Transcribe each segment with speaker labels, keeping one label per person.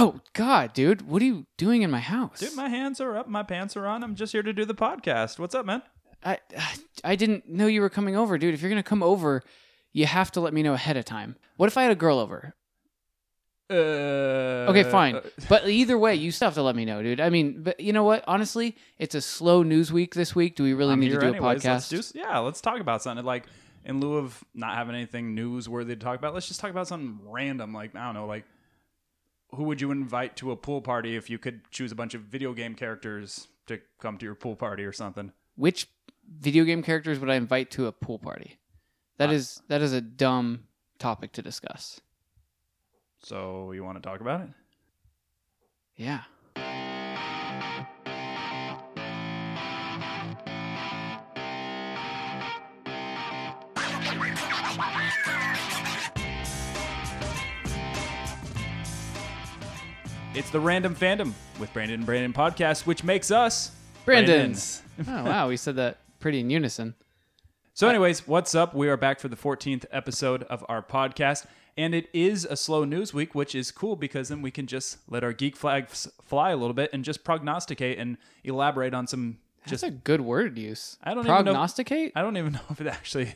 Speaker 1: Oh, God, dude, what are you doing in my house?
Speaker 2: Dude, my hands are up, my pants are on. I'm just here to do the podcast. What's up, man?
Speaker 1: I I didn't know you were coming over, dude. If you're gonna come over, you have to let me know ahead of time. What if I had a girl over?
Speaker 2: Uh,
Speaker 1: Okay, fine. But either way, you still have to let me know, dude. I mean, but you know what? Honestly, it's a slow news week this week. Do we really
Speaker 2: I'm
Speaker 1: need to
Speaker 2: here
Speaker 1: do
Speaker 2: anyways.
Speaker 1: a
Speaker 2: Let's
Speaker 1: podcast?
Speaker 2: do, s- yeah, let's talk about something. Like, in lieu of not having anything newsworthy to talk about, let's just talk about something random. Like, I don't know, like, who would you invite to a pool party if you could choose a bunch of video game characters to come to your pool party or something?
Speaker 1: Which video game characters would I invite to a pool party?
Speaker 2: Uh,
Speaker 1: That is that is a dumb topic to discuss.
Speaker 2: So, you want to talk about it?
Speaker 1: Yeah.
Speaker 2: It's the Random Fandom with Brandon and Brandon podcast, which makes us
Speaker 1: Brandon's. oh wow, we said that pretty in unison.
Speaker 2: So, anyways, what's up? We are back for the 14th episode of our podcast, and it is a slow news week, which is cool because then we can just let our geek flags fly a little bit and just prognosticate and elaborate on some. Just
Speaker 1: That's a good word use.
Speaker 2: I don't even know-
Speaker 1: prognosticate.
Speaker 2: I don't even know if it actually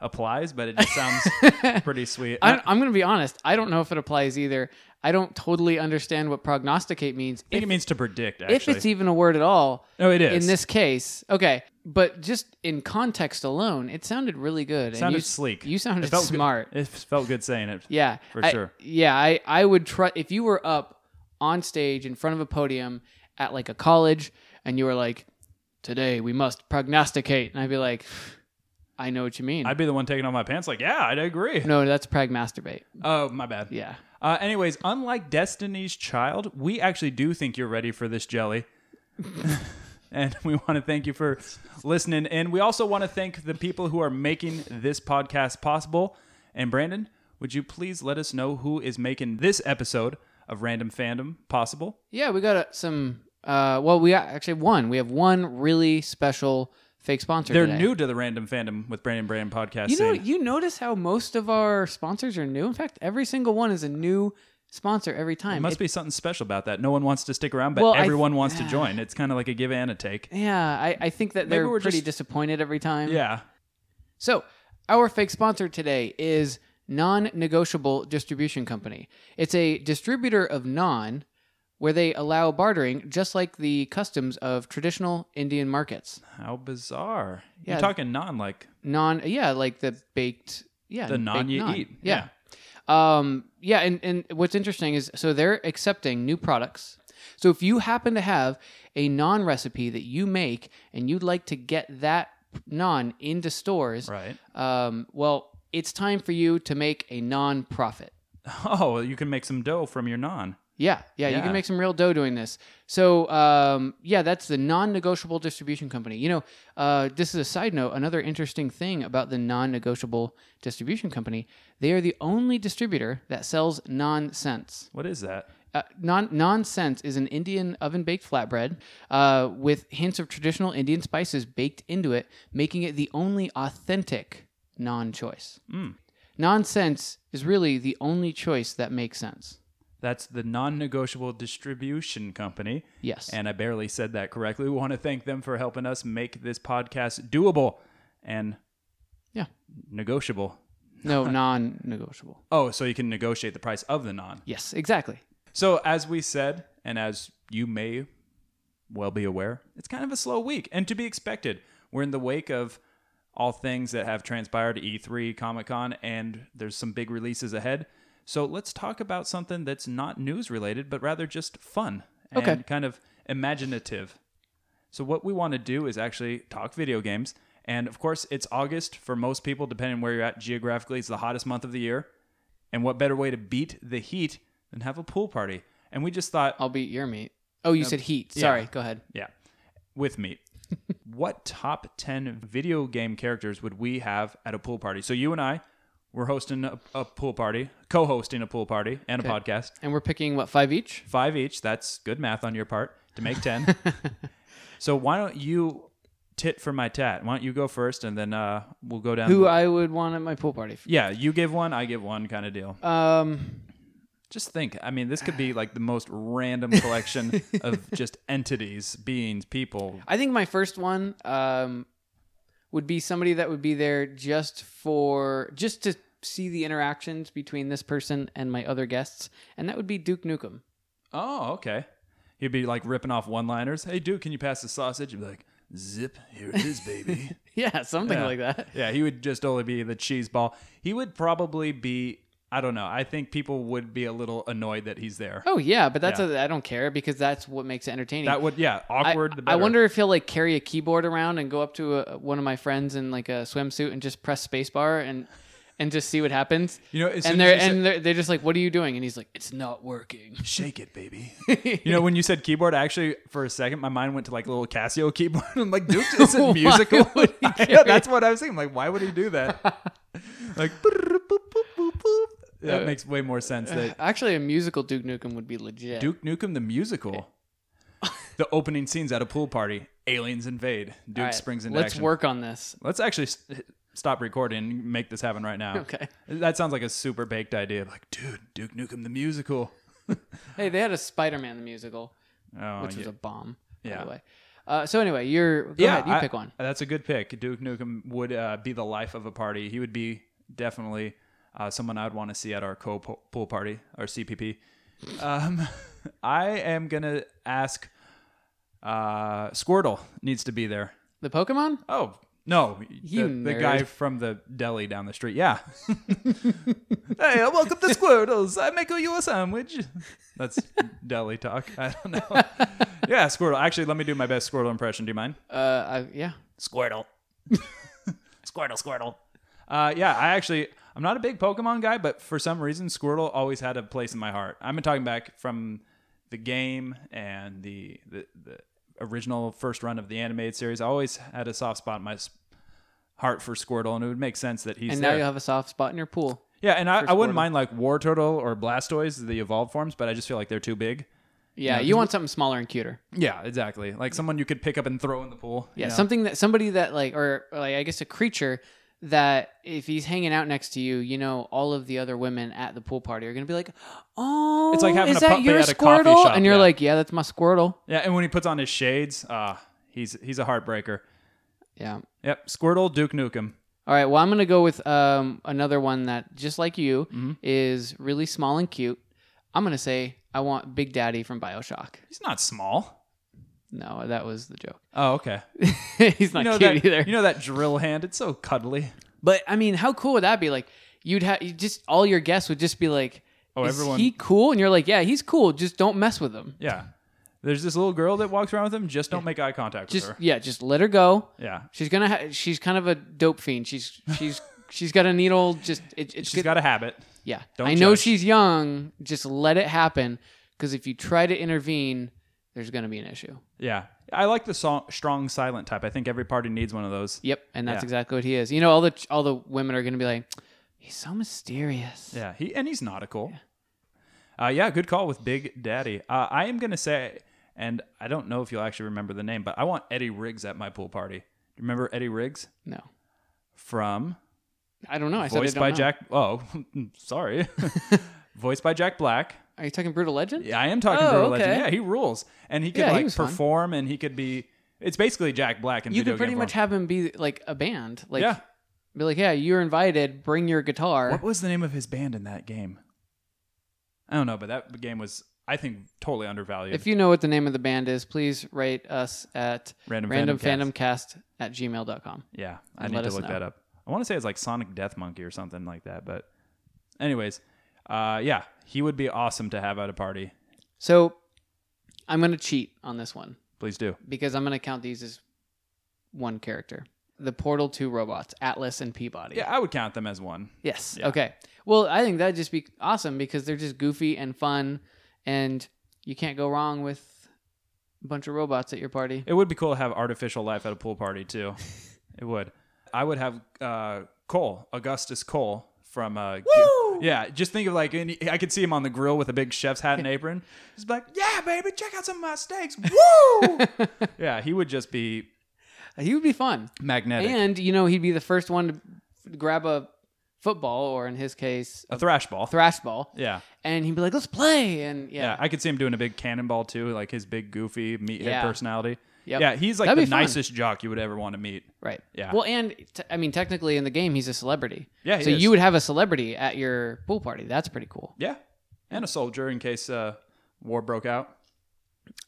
Speaker 2: applies, but it just sounds pretty sweet.
Speaker 1: I don't, I'm going to be honest. I don't know if it applies either. I don't totally understand what prognosticate means.
Speaker 2: I think
Speaker 1: If,
Speaker 2: it means to predict.
Speaker 1: if
Speaker 2: Actually,
Speaker 1: it's even a word at all.
Speaker 2: no, it is.
Speaker 1: In this case, okay, but just in context alone, it sounded really good.
Speaker 2: it
Speaker 1: and
Speaker 2: sounded
Speaker 1: you,
Speaker 2: sleek.
Speaker 1: You sounded
Speaker 2: It felt good-
Speaker 1: smart.
Speaker 2: It felt good saying it.
Speaker 1: Yeah,
Speaker 2: For
Speaker 1: I-
Speaker 2: sure.
Speaker 1: Yeah, I I would try if you were up on stage in front of a podium at like a college and you were like, "Today we must prognosticate," and I'd be like, "I know what you mean."
Speaker 2: I'd be the one taking off my pants. Like, yeah, I'd agree.
Speaker 1: no, that's pragmasturbate.
Speaker 2: Oh, my bad.
Speaker 1: Yeah.
Speaker 2: Uh, anyways, unlike Destiny's Child, we actually do think you're ready for this jelly. and we want to thank you for listening. And we also want to thank the people who are making this podcast possible. And Brandon, would you please let us know who is making this episode of Random Fandom possible?
Speaker 1: Yeah, we got uh, some. Uh, well, we got- actually have one. We have one really special fake sponsor.
Speaker 2: They're
Speaker 1: today.
Speaker 2: new to the Random Fandom with Brandon Brand podcast.
Speaker 1: You know,
Speaker 2: scene.
Speaker 1: you notice how most of our sponsors are new. In fact, every single one is a new sponsor every time.
Speaker 2: There must be something special about that. No one wants to stick around, but
Speaker 1: Well, I-
Speaker 2: everyone wants to join. It's kind of like a give and a take.
Speaker 1: yeah, I, I think that they're
Speaker 2: we're
Speaker 1: pretty
Speaker 2: just-
Speaker 1: disappointed every time.
Speaker 2: Yeah.
Speaker 1: So, our fake sponsor today is Non Negotiable Distribution Company. It's a distributor of non where they allow bartering just like the customs of traditional Indian markets.
Speaker 2: How bizarre.
Speaker 1: Yeah.
Speaker 2: You're talking non like
Speaker 1: Non yeah, like the baked yeah,
Speaker 2: the
Speaker 1: baked
Speaker 2: non you
Speaker 1: naan.
Speaker 2: eat.
Speaker 1: Yeah. Um yeah, and and what's interesting is so they're accepting new products. So if you happen to have a non recipe that you make and you'd like to get that non into stores,
Speaker 2: Right.
Speaker 1: um, well, it's time for you to make a non-profit.
Speaker 2: Oh, you can make some dough from your non.
Speaker 1: Yeah, yeah, you can
Speaker 2: Yeah.
Speaker 1: make some real dough doing this. So, um, yeah, that's the non-negotiable distribution company. You know, uh, this is a side note. Another interesting thing about the non-negotiable distribution company: they are the only distributor that sells nonsense.
Speaker 2: What is that?
Speaker 1: Uh, non nonsense is an Indian oven baked flatbread uh, with hints of traditional Indian spices baked into it, making it the only authentic non choice.
Speaker 2: Hmm.
Speaker 1: Nonsense is really the only choice that makes sense.
Speaker 2: That's the non negotiable distribution company.
Speaker 1: Yes.
Speaker 2: And I barely said that correctly. We want to thank them for helping us make this podcast doable and
Speaker 1: yeah.
Speaker 2: negotiable.
Speaker 1: No, non negotiable.
Speaker 2: Oh, so you can negotiate the price of the non.
Speaker 1: Yes, exactly.
Speaker 2: So, as we said, and as you may well be aware, it's kind of a slow week and to be expected. We're in the wake of all things that have transpired E3, Comic Con, and there's some big releases ahead. So, let's talk about something that's not news related, but rather just fun and
Speaker 1: Okay.
Speaker 2: kind of imaginative. So, what we want to do is actually talk video games. And of course, it's August for most people, depending where you're at geographically, it's the hottest month of the year. And what better way to beat the heat than have a pool party? And we just thought,
Speaker 1: I'll beat your meat. Oh, you said heat. Sorry, go ahead.
Speaker 2: yeah, with me. what top 10 video game characters would we have at a pool party? So you and I were hosting a, a pool party, co hosting a pool party and a podcast.
Speaker 1: And we're picking what five each?
Speaker 2: Five each. That's good math on your part to make 10. so why don't you tit for my tat? Why don't you go first and then uh, we'll go down.
Speaker 1: Who
Speaker 2: the-
Speaker 1: I would want at my pool party.
Speaker 2: yeah, you give one, I give one kind of deal.
Speaker 1: Um,
Speaker 2: Just think, I mean, this could be like the most random collection of just entities, beings, people.
Speaker 1: I think my first one um, would be somebody that would be there just for just to see the interactions between this person and my other guests, and that would be Duke Nukem.
Speaker 2: Oh, okay. He'd be like ripping off one-liners. Hey, dude, can you pass the sausage? You'd be like, zip, here it is, baby.
Speaker 1: Yeah, something
Speaker 2: Yeah.
Speaker 1: like that.
Speaker 2: Yeah, he would just only be the cheese ball. He would probably be. I don't know. I think people would be a little annoyed that he's there.
Speaker 1: Oh yeah, but that's
Speaker 2: Yeah.
Speaker 1: a, I don't care because that's what makes it entertaining.
Speaker 2: That would, yeah,
Speaker 1: I,
Speaker 2: awkward. the
Speaker 1: I
Speaker 2: better.
Speaker 1: wonder if he'll like carry a keyboard around and go up to a, one of my friends in like a swimsuit and just press spacebar and and just see what happens.
Speaker 2: You know, as
Speaker 1: and
Speaker 2: soon as
Speaker 1: they're
Speaker 2: you said-
Speaker 1: and they're, they're just like, "What are you doing?" And he's like, "It's not working."
Speaker 2: Shake it, baby. you know, when you said keyboard, I actually, for a second, my mind went to like little Casio keyboard. I'm like, Duke
Speaker 1: Why
Speaker 2: isn't musical.
Speaker 1: would he
Speaker 2: I know,
Speaker 1: carry
Speaker 2: that's what I was thinking. Like, why would he do that? like, boop, boop, boop, boop, boop.
Speaker 1: Uh,
Speaker 2: that makes way more sense. That
Speaker 1: Actually, a musical Duke Nukem would be legit.
Speaker 2: Duke Nukem the musical, the opening scenes at a pool party, aliens invade, Duke
Speaker 1: All right,
Speaker 2: springs into
Speaker 1: Let's
Speaker 2: action.
Speaker 1: work on this.
Speaker 2: Let's actually s stop recording and make this happen right now.
Speaker 1: Okay.
Speaker 2: That sounds like a super baked idea. Like, dude, Duke Nukem the musical.
Speaker 1: Hey, they had a Spider-Man the musical,
Speaker 2: Oh,
Speaker 1: which
Speaker 2: yeah.
Speaker 1: was a bomb. By
Speaker 2: Yeah.
Speaker 1: the way. Uh, so anyway, you're go ahead, you
Speaker 2: I-
Speaker 1: pick one.
Speaker 2: That's a good pick. Duke Nukem would uh, be the life of a party. He would be definitely uh, someone I would want to see at our co pool party, our CPP. Um, I am gonna ask. Uh, Squirtle needs to be there.
Speaker 1: The Pokemon?
Speaker 2: Oh no,
Speaker 1: You
Speaker 2: the, the
Speaker 1: nerd.
Speaker 2: guy from the deli down the street. Yeah. hey, uh, welcome to Squirtles. I make you a sandwich. That's deli talk. I don't know. yeah, Squirtle. Actually, let me do my best Squirtle impression. Do you mind?
Speaker 1: Uh, I, yeah.
Speaker 2: Squirtle. Squirtle, Squirtle. Uh, yeah, I actually, I'm not a big Pokemon guy, but for some reason, Squirtle always had a place in my heart. I'm talking back from the game and the, the, the original first run of the animated series. I always had a soft spot in my s- heart for Squirtle, and it would make sense that he's
Speaker 1: And now
Speaker 2: there.
Speaker 1: you'll have a soft spot in your pool.
Speaker 2: yeah, and I, I
Speaker 1: Squirtle.
Speaker 2: wouldn't mind like War Turtle or Blastoise, the evolved forms, but I just feel like they're too big.
Speaker 1: Yeah, you want something smaller and cuter.
Speaker 2: Yeah, exactly. Like someone you could pick up and throw in the pool. you
Speaker 1: Yeah,
Speaker 2: know?
Speaker 1: something that somebody that like or like I guess a creature that if he's hanging out next to you, you know, all of the other women at the pool party are gonna be like, "Oh,
Speaker 2: It's like having
Speaker 1: is
Speaker 2: a
Speaker 1: that
Speaker 2: puppy
Speaker 1: your
Speaker 2: at a
Speaker 1: Squirtle?"
Speaker 2: coffee shop,
Speaker 1: and you're
Speaker 2: yeah.
Speaker 1: like, "Yeah, that's my Squirtle."
Speaker 2: Yeah, and when he puts on his shades, ah, he's he's a heartbreaker.
Speaker 1: Yeah.
Speaker 2: Yep, Squirtle, Duke Nukem.
Speaker 1: All right. Well, I'm gonna go with um, another one that just like you
Speaker 2: Mm-hmm.
Speaker 1: is really small and cute. I'm gonna say I want Big Daddy from Bioshock.
Speaker 2: He's not small.
Speaker 1: No, that was the joke.
Speaker 2: Oh, okay.
Speaker 1: he's not
Speaker 2: you know
Speaker 1: cute
Speaker 2: that,
Speaker 1: either.
Speaker 2: You know that drill hand? It's so cuddly.
Speaker 1: But I mean, how cool would that be? Like, you'd have you just all your guests would just be like,
Speaker 2: Oh,
Speaker 1: "Is
Speaker 2: everyone-
Speaker 1: he cool?" And you're like, "Yeah, he's cool. Just don't mess with him.
Speaker 2: Yeah. There's this little girl that walks around with him. Just don't make eye contact
Speaker 1: Just
Speaker 2: with her.
Speaker 1: yeah, just let her go.
Speaker 2: Yeah.
Speaker 1: She's gonna. Ha- she's kind of a dope fiend. She's she's she's got a needle. Just it, it's
Speaker 2: She's
Speaker 1: good.
Speaker 2: got a habit.
Speaker 1: yeah.
Speaker 2: don't
Speaker 1: I know
Speaker 2: judge.
Speaker 1: she's young. Just let it happen. Because if you try to intervene, there's gonna be an issue.
Speaker 2: Yeah. I like the song, strong silent type. I think every party needs one of those.
Speaker 1: Yep, and that's
Speaker 2: Yeah.
Speaker 1: exactly what he is. You know, all the all the women are gonna be like, "He's so mysterious."
Speaker 2: Yeah, he and he's nautical. Yeah, uh, yeah good call with Big Daddy. Uh, I am gonna say, and I don't know if you'll actually remember the name, but I want Eddie Riggs at my pool party. Remember Eddie Riggs
Speaker 1: No,
Speaker 2: from
Speaker 1: I don't know. I
Speaker 2: voiced
Speaker 1: said I don't
Speaker 2: by
Speaker 1: know.
Speaker 2: Jack. Oh, sorry. voiced by Jack Black.
Speaker 1: Are you talking brutal legend?
Speaker 2: Yeah, I am talking
Speaker 1: Oh,
Speaker 2: Brutal Legend.
Speaker 1: okay.
Speaker 2: Yeah, he rules, and he could
Speaker 1: Yeah, he
Speaker 2: like
Speaker 1: was fun.
Speaker 2: perform, and he could be. It's basically Jack Black in
Speaker 1: you
Speaker 2: video
Speaker 1: could pretty
Speaker 2: game
Speaker 1: much
Speaker 2: form.
Speaker 1: have him be like a band like
Speaker 2: Yeah.
Speaker 1: be like yeah you're invited bring your guitar
Speaker 2: What was the name of his band in that game? I don't know, but that game was, I think, totally undervalued.
Speaker 1: if you know what the name of the band is please write us at
Speaker 2: Random
Speaker 1: random
Speaker 2: Fandom
Speaker 1: fandomcast at gmail.com
Speaker 2: Yeah, I
Speaker 1: and
Speaker 2: need
Speaker 1: let
Speaker 2: to
Speaker 1: us
Speaker 2: look
Speaker 1: know.
Speaker 2: that up. I want to say it's like Sonic Death Monkey or something like that. But, anyways, uh, yeah, he would be awesome to have at a party.
Speaker 1: so i'm going to cheat on this one
Speaker 2: Please do.
Speaker 1: because i'm going to count these as one character the portal 2 robots atlas and peabody
Speaker 2: Yeah, I would count them as one.
Speaker 1: yes okay well i think that'd just be awesome because they're just goofy and fun and you can't go wrong with a bunch of robots at your party
Speaker 2: It would be cool to have artificial life at a pool party too. it would. I would have uh, Cole, Augustus Cole from. Uh, Yeah, just think of like any, I could see him on the grill with a big chef's hat and apron. Just be like, yeah, baby, check out some of my steaks. Woo! yeah, he would just be
Speaker 1: he would be fun
Speaker 2: magnetic.
Speaker 1: And you know he'd be the first one to grab a football, or in his case,
Speaker 2: a thrash ball.
Speaker 1: thrash ball.
Speaker 2: yeah.
Speaker 1: And he'd be like, let's play. And yeah.
Speaker 2: Yeah, I could see him doing a big cannonball too, like his big goofy meathead
Speaker 1: Yeah.
Speaker 2: personality.
Speaker 1: Yep.
Speaker 2: Yeah, he's like
Speaker 1: That'd
Speaker 2: the
Speaker 1: be fun.
Speaker 2: nicest jock you would ever want to meet.
Speaker 1: Right.
Speaker 2: Yeah.
Speaker 1: Well, and t- I mean, technically in the game, he's a celebrity.
Speaker 2: Yeah, he
Speaker 1: So
Speaker 2: is.
Speaker 1: you would have a celebrity at your pool party. That's pretty cool.
Speaker 2: Yeah, and a soldier in case uh, war broke out.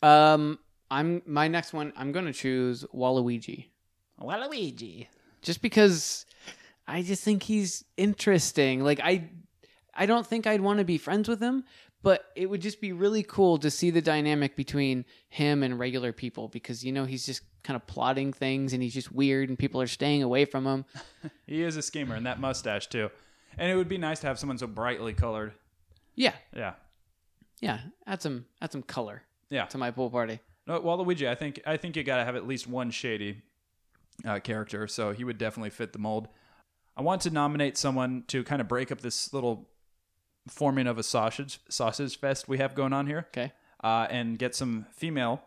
Speaker 1: Um, I'm my next one. I'm gonna choose Waluigi,
Speaker 2: Waluigi.
Speaker 1: just because I just think he's interesting. Like I, I don't think I'd want to be friends with him, but it would just be really cool to see the dynamic between him and regular people because you know he's just kind of plotting things and he's just weird and people are staying away from him.
Speaker 2: He is a schemer, and that mustache too. And it would be nice to have someone so brightly colored.
Speaker 1: Yeah,
Speaker 2: Yeah,
Speaker 1: yeah. Add some add some color
Speaker 2: yeah.
Speaker 1: to my pool party.
Speaker 2: No, Waluigi, I think I think you got to have at least one shady uh, character, so he would definitely fit the mold. I want to nominate someone to kind of break up this little forming of a sausage sausage fest we have going on here.
Speaker 1: Okay.
Speaker 2: uh, and get some female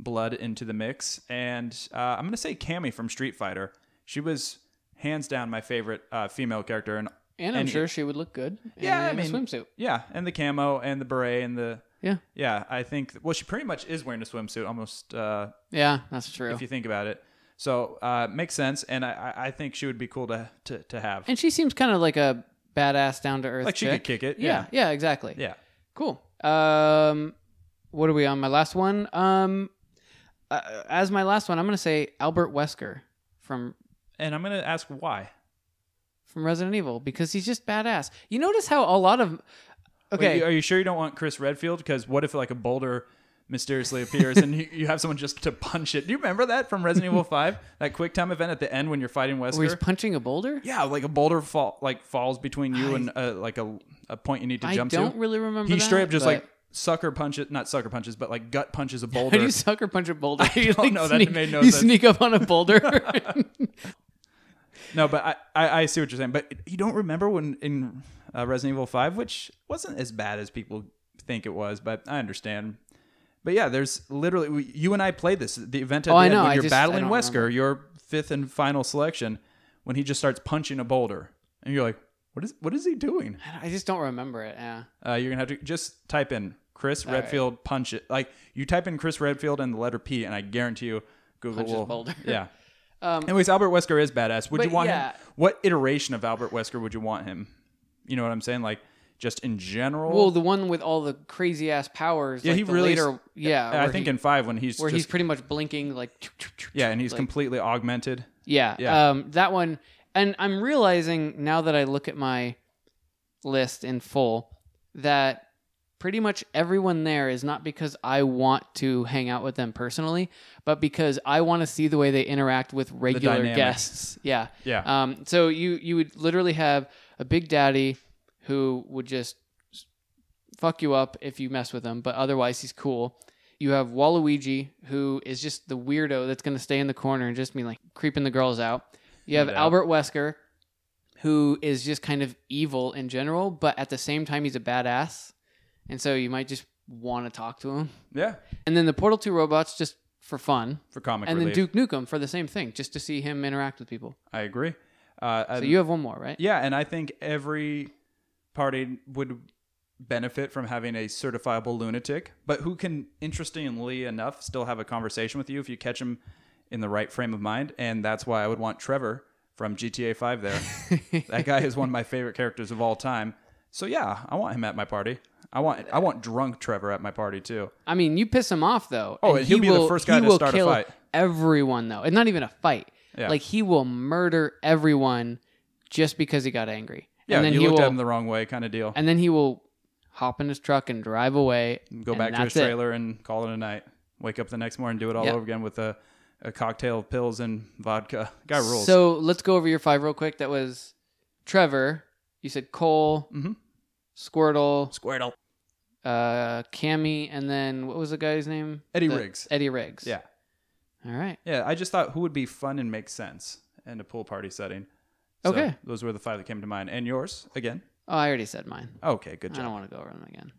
Speaker 2: blood into the mix. And uh, I'm gonna say Cammy from Street Fighter. She was hands down my favorite uh, female character, and
Speaker 1: And I'm
Speaker 2: And-
Speaker 1: sure she would look good.
Speaker 2: Yeah,
Speaker 1: in
Speaker 2: I
Speaker 1: a
Speaker 2: mean-
Speaker 1: swimsuit.
Speaker 2: yeah, and the camo and the beret and the
Speaker 1: Yeah,
Speaker 2: yeah. I think well, she pretty much is wearing a swimsuit almost uh,
Speaker 1: yeah, that's true.
Speaker 2: if you think about it. So uh, makes sense, and I, I I think she would be cool to to, to have.
Speaker 1: and she seems kind of like a badass, down to earth.
Speaker 2: Like she could kick it,
Speaker 1: Yeah, yeah, exactly.
Speaker 2: Yeah,
Speaker 1: Cool. Um, what are we on? My last one. Um, uh, as my last one, I'm gonna say Albert Wesker from
Speaker 2: and I'm gonna ask why.
Speaker 1: from Resident Evil because he's just badass. You notice how a lot of okay,
Speaker 2: Wait, are you sure you don't want Chris Redfield? Because what if like a boulder mysteriously appears and you, you have someone just to punch it? Do you remember that from Resident Evil Five? That quick time event at the end when you're fighting
Speaker 1: where he's
Speaker 2: Wesker.
Speaker 1: punching a boulder.
Speaker 2: Yeah, like a boulder fall like falls between you and uh, like a, a point you need to
Speaker 1: I
Speaker 2: jump
Speaker 1: don't
Speaker 2: to.
Speaker 1: really remember.
Speaker 2: he
Speaker 1: that,
Speaker 2: straight up just
Speaker 1: but-
Speaker 2: like sucker punches, not sucker punches, but like gut punches a
Speaker 1: How
Speaker 2: boulder.
Speaker 1: do you sucker punch a boulder? you
Speaker 2: don't know. That made no
Speaker 1: you
Speaker 2: sense.
Speaker 1: sneak up on a boulder.
Speaker 2: No, but I, I, I see what you're saying. But you don't remember when in uh, Resident Evil 5, which wasn't as bad as people think it was, but I understand. But yeah, there's literally, we, you and I played this, the event at
Speaker 1: Oh,
Speaker 2: the
Speaker 1: I
Speaker 2: end
Speaker 1: know.
Speaker 2: when
Speaker 1: I
Speaker 2: you're
Speaker 1: just- I
Speaker 2: battling
Speaker 1: don't
Speaker 2: Wesker,
Speaker 1: remember.
Speaker 2: your fifth and final selection, when he just starts punching a boulder. And you're like, what is, what is he doing?
Speaker 1: I just don't remember it. Yeah.
Speaker 2: Uh, you're going to have to just type in Chris Redfield punch it. Like, you type in Chris Redfield and the letter P, and I guarantee you Google
Speaker 1: Punches
Speaker 2: will.
Speaker 1: boulder.
Speaker 2: Yeah. Anyways, Albert Wesker is badass. Would you
Speaker 1: Um, But
Speaker 2: want
Speaker 1: yeah.
Speaker 2: him? What iteration of Albert Wesker would you want him? You know what I'm saying? Like just in general.
Speaker 1: Well, the one with all the crazy ass powers. Yeah,
Speaker 2: he
Speaker 1: the
Speaker 2: really
Speaker 1: Later,
Speaker 2: s-
Speaker 1: yeah,
Speaker 2: I
Speaker 1: where
Speaker 2: think
Speaker 1: he-
Speaker 2: in five when he's
Speaker 1: where
Speaker 2: just
Speaker 1: he's pretty much blinking like.
Speaker 2: yeah, and he's
Speaker 1: like-
Speaker 2: completely augmented.
Speaker 1: Yeah,
Speaker 2: Yeah.
Speaker 1: Um, that one, and I'm realizing now that I look at my list in full that pretty much everyone there is not because I want to hang out with them personally, but because I want to see the way they interact with regular
Speaker 2: dynamic.
Speaker 1: guests. Yeah.
Speaker 2: Yeah.
Speaker 1: Um, so you you would literally have a big daddy who would just fuck you up if you mess with him, but otherwise he's cool. You have Waluigi, who is just the weirdo that's going to stay in the corner and just be like creeping the girls out. You have
Speaker 2: doubt.
Speaker 1: Albert Wesker, who is just kind of evil in general, but at the same time he's a badass, and so you might just want to talk to him.
Speaker 2: yeah,
Speaker 1: And then the Portal Two robots just for fun,
Speaker 2: for comic
Speaker 1: and
Speaker 2: relief.
Speaker 1: then Duke Nukem for the same thing, just to see him interact with people.
Speaker 2: I agree. Uh,
Speaker 1: So
Speaker 2: and-
Speaker 1: you have one more, right?
Speaker 2: yeah, and I think every party would benefit from having a certifiable lunatic, but who can interestingly enough still have a conversation with you if you catch him in the right frame of mind. And that's why I would want Trevor from GTA Five there. that guy is one of my favorite characters of all time. So yeah, I want him at my party. I want I want drunk Trevor at my party too.
Speaker 1: I mean, you piss him off though.
Speaker 2: Oh, he'll be the first guy
Speaker 1: he
Speaker 2: to
Speaker 1: will
Speaker 2: start a
Speaker 1: kill
Speaker 2: fight.
Speaker 1: Everyone though, and not even a fight.
Speaker 2: Yeah.
Speaker 1: Like he will murder everyone just because he got angry.
Speaker 2: Yeah,
Speaker 1: and then
Speaker 2: you
Speaker 1: he
Speaker 2: looked
Speaker 1: will,
Speaker 2: at him the wrong way, kind of deal.
Speaker 1: and then he will hop in his truck and drive away.
Speaker 2: Go
Speaker 1: and
Speaker 2: back to his
Speaker 1: that's it.
Speaker 2: trailer and call it a night. Wake up the next morning, do it all
Speaker 1: Yeah.
Speaker 2: over again with a, a cocktail of pills and vodka. Guy rules.
Speaker 1: So let's go over your five real quick. That was Trevor. You said Cole,
Speaker 2: Mhm.
Speaker 1: Squirtle,
Speaker 2: Squirtle.
Speaker 1: uh, Cammy, and then what was the guy's name?
Speaker 2: Eddie
Speaker 1: The-
Speaker 2: Riggs.
Speaker 1: Eddie Riggs.
Speaker 2: Yeah.
Speaker 1: All right.
Speaker 2: Yeah, I just thought who would be fun and make sense in a pool party setting.
Speaker 1: Okay.
Speaker 2: Those were the five that came to mind. And yours again?
Speaker 1: Oh, I already said mine.
Speaker 2: Okay, good
Speaker 1: I
Speaker 2: job.
Speaker 1: don't want to go over them again.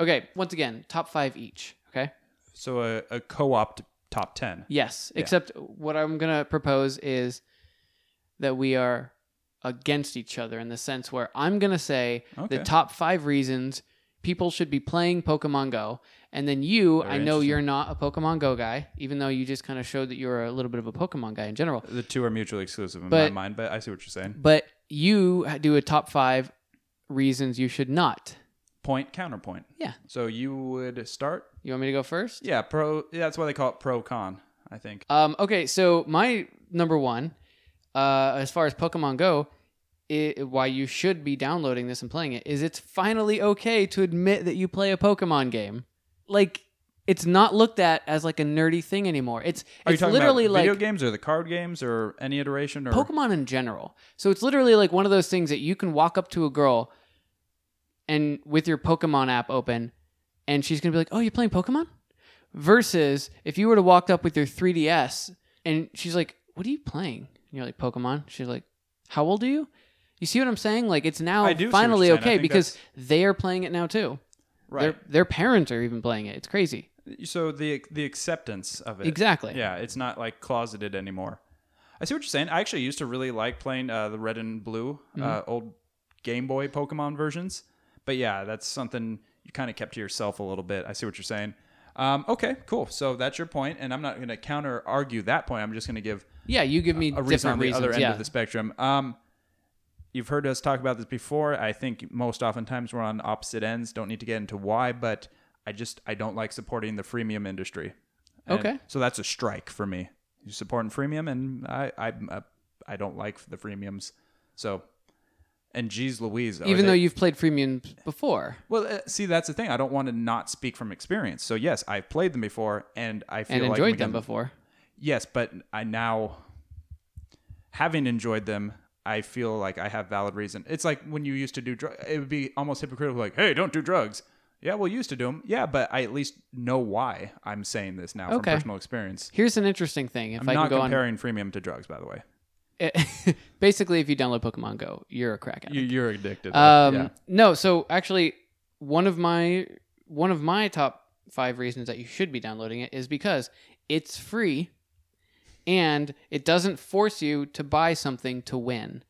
Speaker 1: Okay, once again, top five each. Okay.
Speaker 2: So a, a co op top 10.
Speaker 1: Yes. Except what I'm gonna propose is that we are against each other in the sense where I'm going to say
Speaker 2: Okay.
Speaker 1: the top five reasons people should be playing Pokemon Go. And then you, I know you're not a Pokemon Go guy, even though you just kind of showed that you're a little bit of a Pokemon guy in general.
Speaker 2: The two are mutually exclusive in
Speaker 1: But-
Speaker 2: my mind, but I see what you're saying.
Speaker 1: But you do a top five reasons you should not.
Speaker 2: Point counterpoint.
Speaker 1: Yeah.
Speaker 2: So you would start.
Speaker 1: You want me to go first?
Speaker 2: Yeah, pro. Yeah, that's why they call it pro con. I think.
Speaker 1: Um, okay, so my number one, uh, as far as Pokemon Go, i why you should be downloading this and playing it is it's finally okay to admit that you play a Pokemon game. Like it's not looked at as like a nerdy thing anymore. It's
Speaker 2: Are you
Speaker 1: it's
Speaker 2: talking
Speaker 1: literally
Speaker 2: about
Speaker 1: like
Speaker 2: video games or the card games or any iteration or
Speaker 1: Pokemon in general. So it's literally like one of those things that you can walk up to a girl and with your Pokemon app open and she's going to be like, "Oh, you're playing Pokemon?" Versus if you were to walk up with your 3DS and she's like, "What are you playing?" And you're like, "Pokemon." She's like, "How old are you?" You see what I'm saying? Like it's now
Speaker 2: I do see what
Speaker 1: finally
Speaker 2: you're saying. I
Speaker 1: okay
Speaker 2: think
Speaker 1: because they are playing it now too.
Speaker 2: right?
Speaker 1: Their their parents are even playing it. It's crazy.
Speaker 2: So the the acceptance of it.
Speaker 1: Exactly.
Speaker 2: Uh, Yeah, it's not like closeted anymore. I see what you're saying. I actually used to really like playing uh, the red and blue uh,
Speaker 1: Mm-hmm.
Speaker 2: old Game Boy Pokemon versions, but yeah, that's something you kind of kept to yourself a little bit. I see what you're saying. Um, okay, cool. So that's your point, and I'm not going to counter argue that point. I'm just going to give
Speaker 1: Yeah, you give me
Speaker 2: a reason on
Speaker 1: different
Speaker 2: the
Speaker 1: reasons.
Speaker 2: other end
Speaker 1: yeah.
Speaker 2: of the spectrum. Um, you've heard us talk about this before. I think most oftentimes we're on opposite ends. Don't need to get into why, but I just I don't like supporting the freemium industry. And
Speaker 1: Okay.
Speaker 2: so that's a strike for me. You supporting freemium, and I I I, I don't like the freemiums. So, and geez, Louise, are
Speaker 1: even
Speaker 2: they-
Speaker 1: though you've played freemium before.
Speaker 2: well, uh, see, that's the thing. I don't want to not speak from experience. So yes, I've played them before, and I feel
Speaker 1: and
Speaker 2: like
Speaker 1: enjoyed
Speaker 2: we
Speaker 1: them
Speaker 2: can-
Speaker 1: before.
Speaker 2: Yes, but I now, having enjoyed them, I feel like I have valid reason. It's like when you used to do drugs, it would be almost hypocritical, like, hey, don't do drugs. Yeah, well, you used to do them. Yeah, but I at least know why I'm saying this now from
Speaker 1: Okay.
Speaker 2: personal experience.
Speaker 1: Here's an interesting thing. If
Speaker 2: I'm
Speaker 1: i
Speaker 2: not
Speaker 1: can go on,
Speaker 2: comparing freemium to drugs, by the way.
Speaker 1: basically, if you download Pokemon Go, you're a crack addict.
Speaker 2: You, you're addicted.
Speaker 1: um,
Speaker 2: yeah.
Speaker 1: No, so actually, one of my one of my top five reasons that you should be downloading it is because it's free, and it doesn't force you to buy something to win.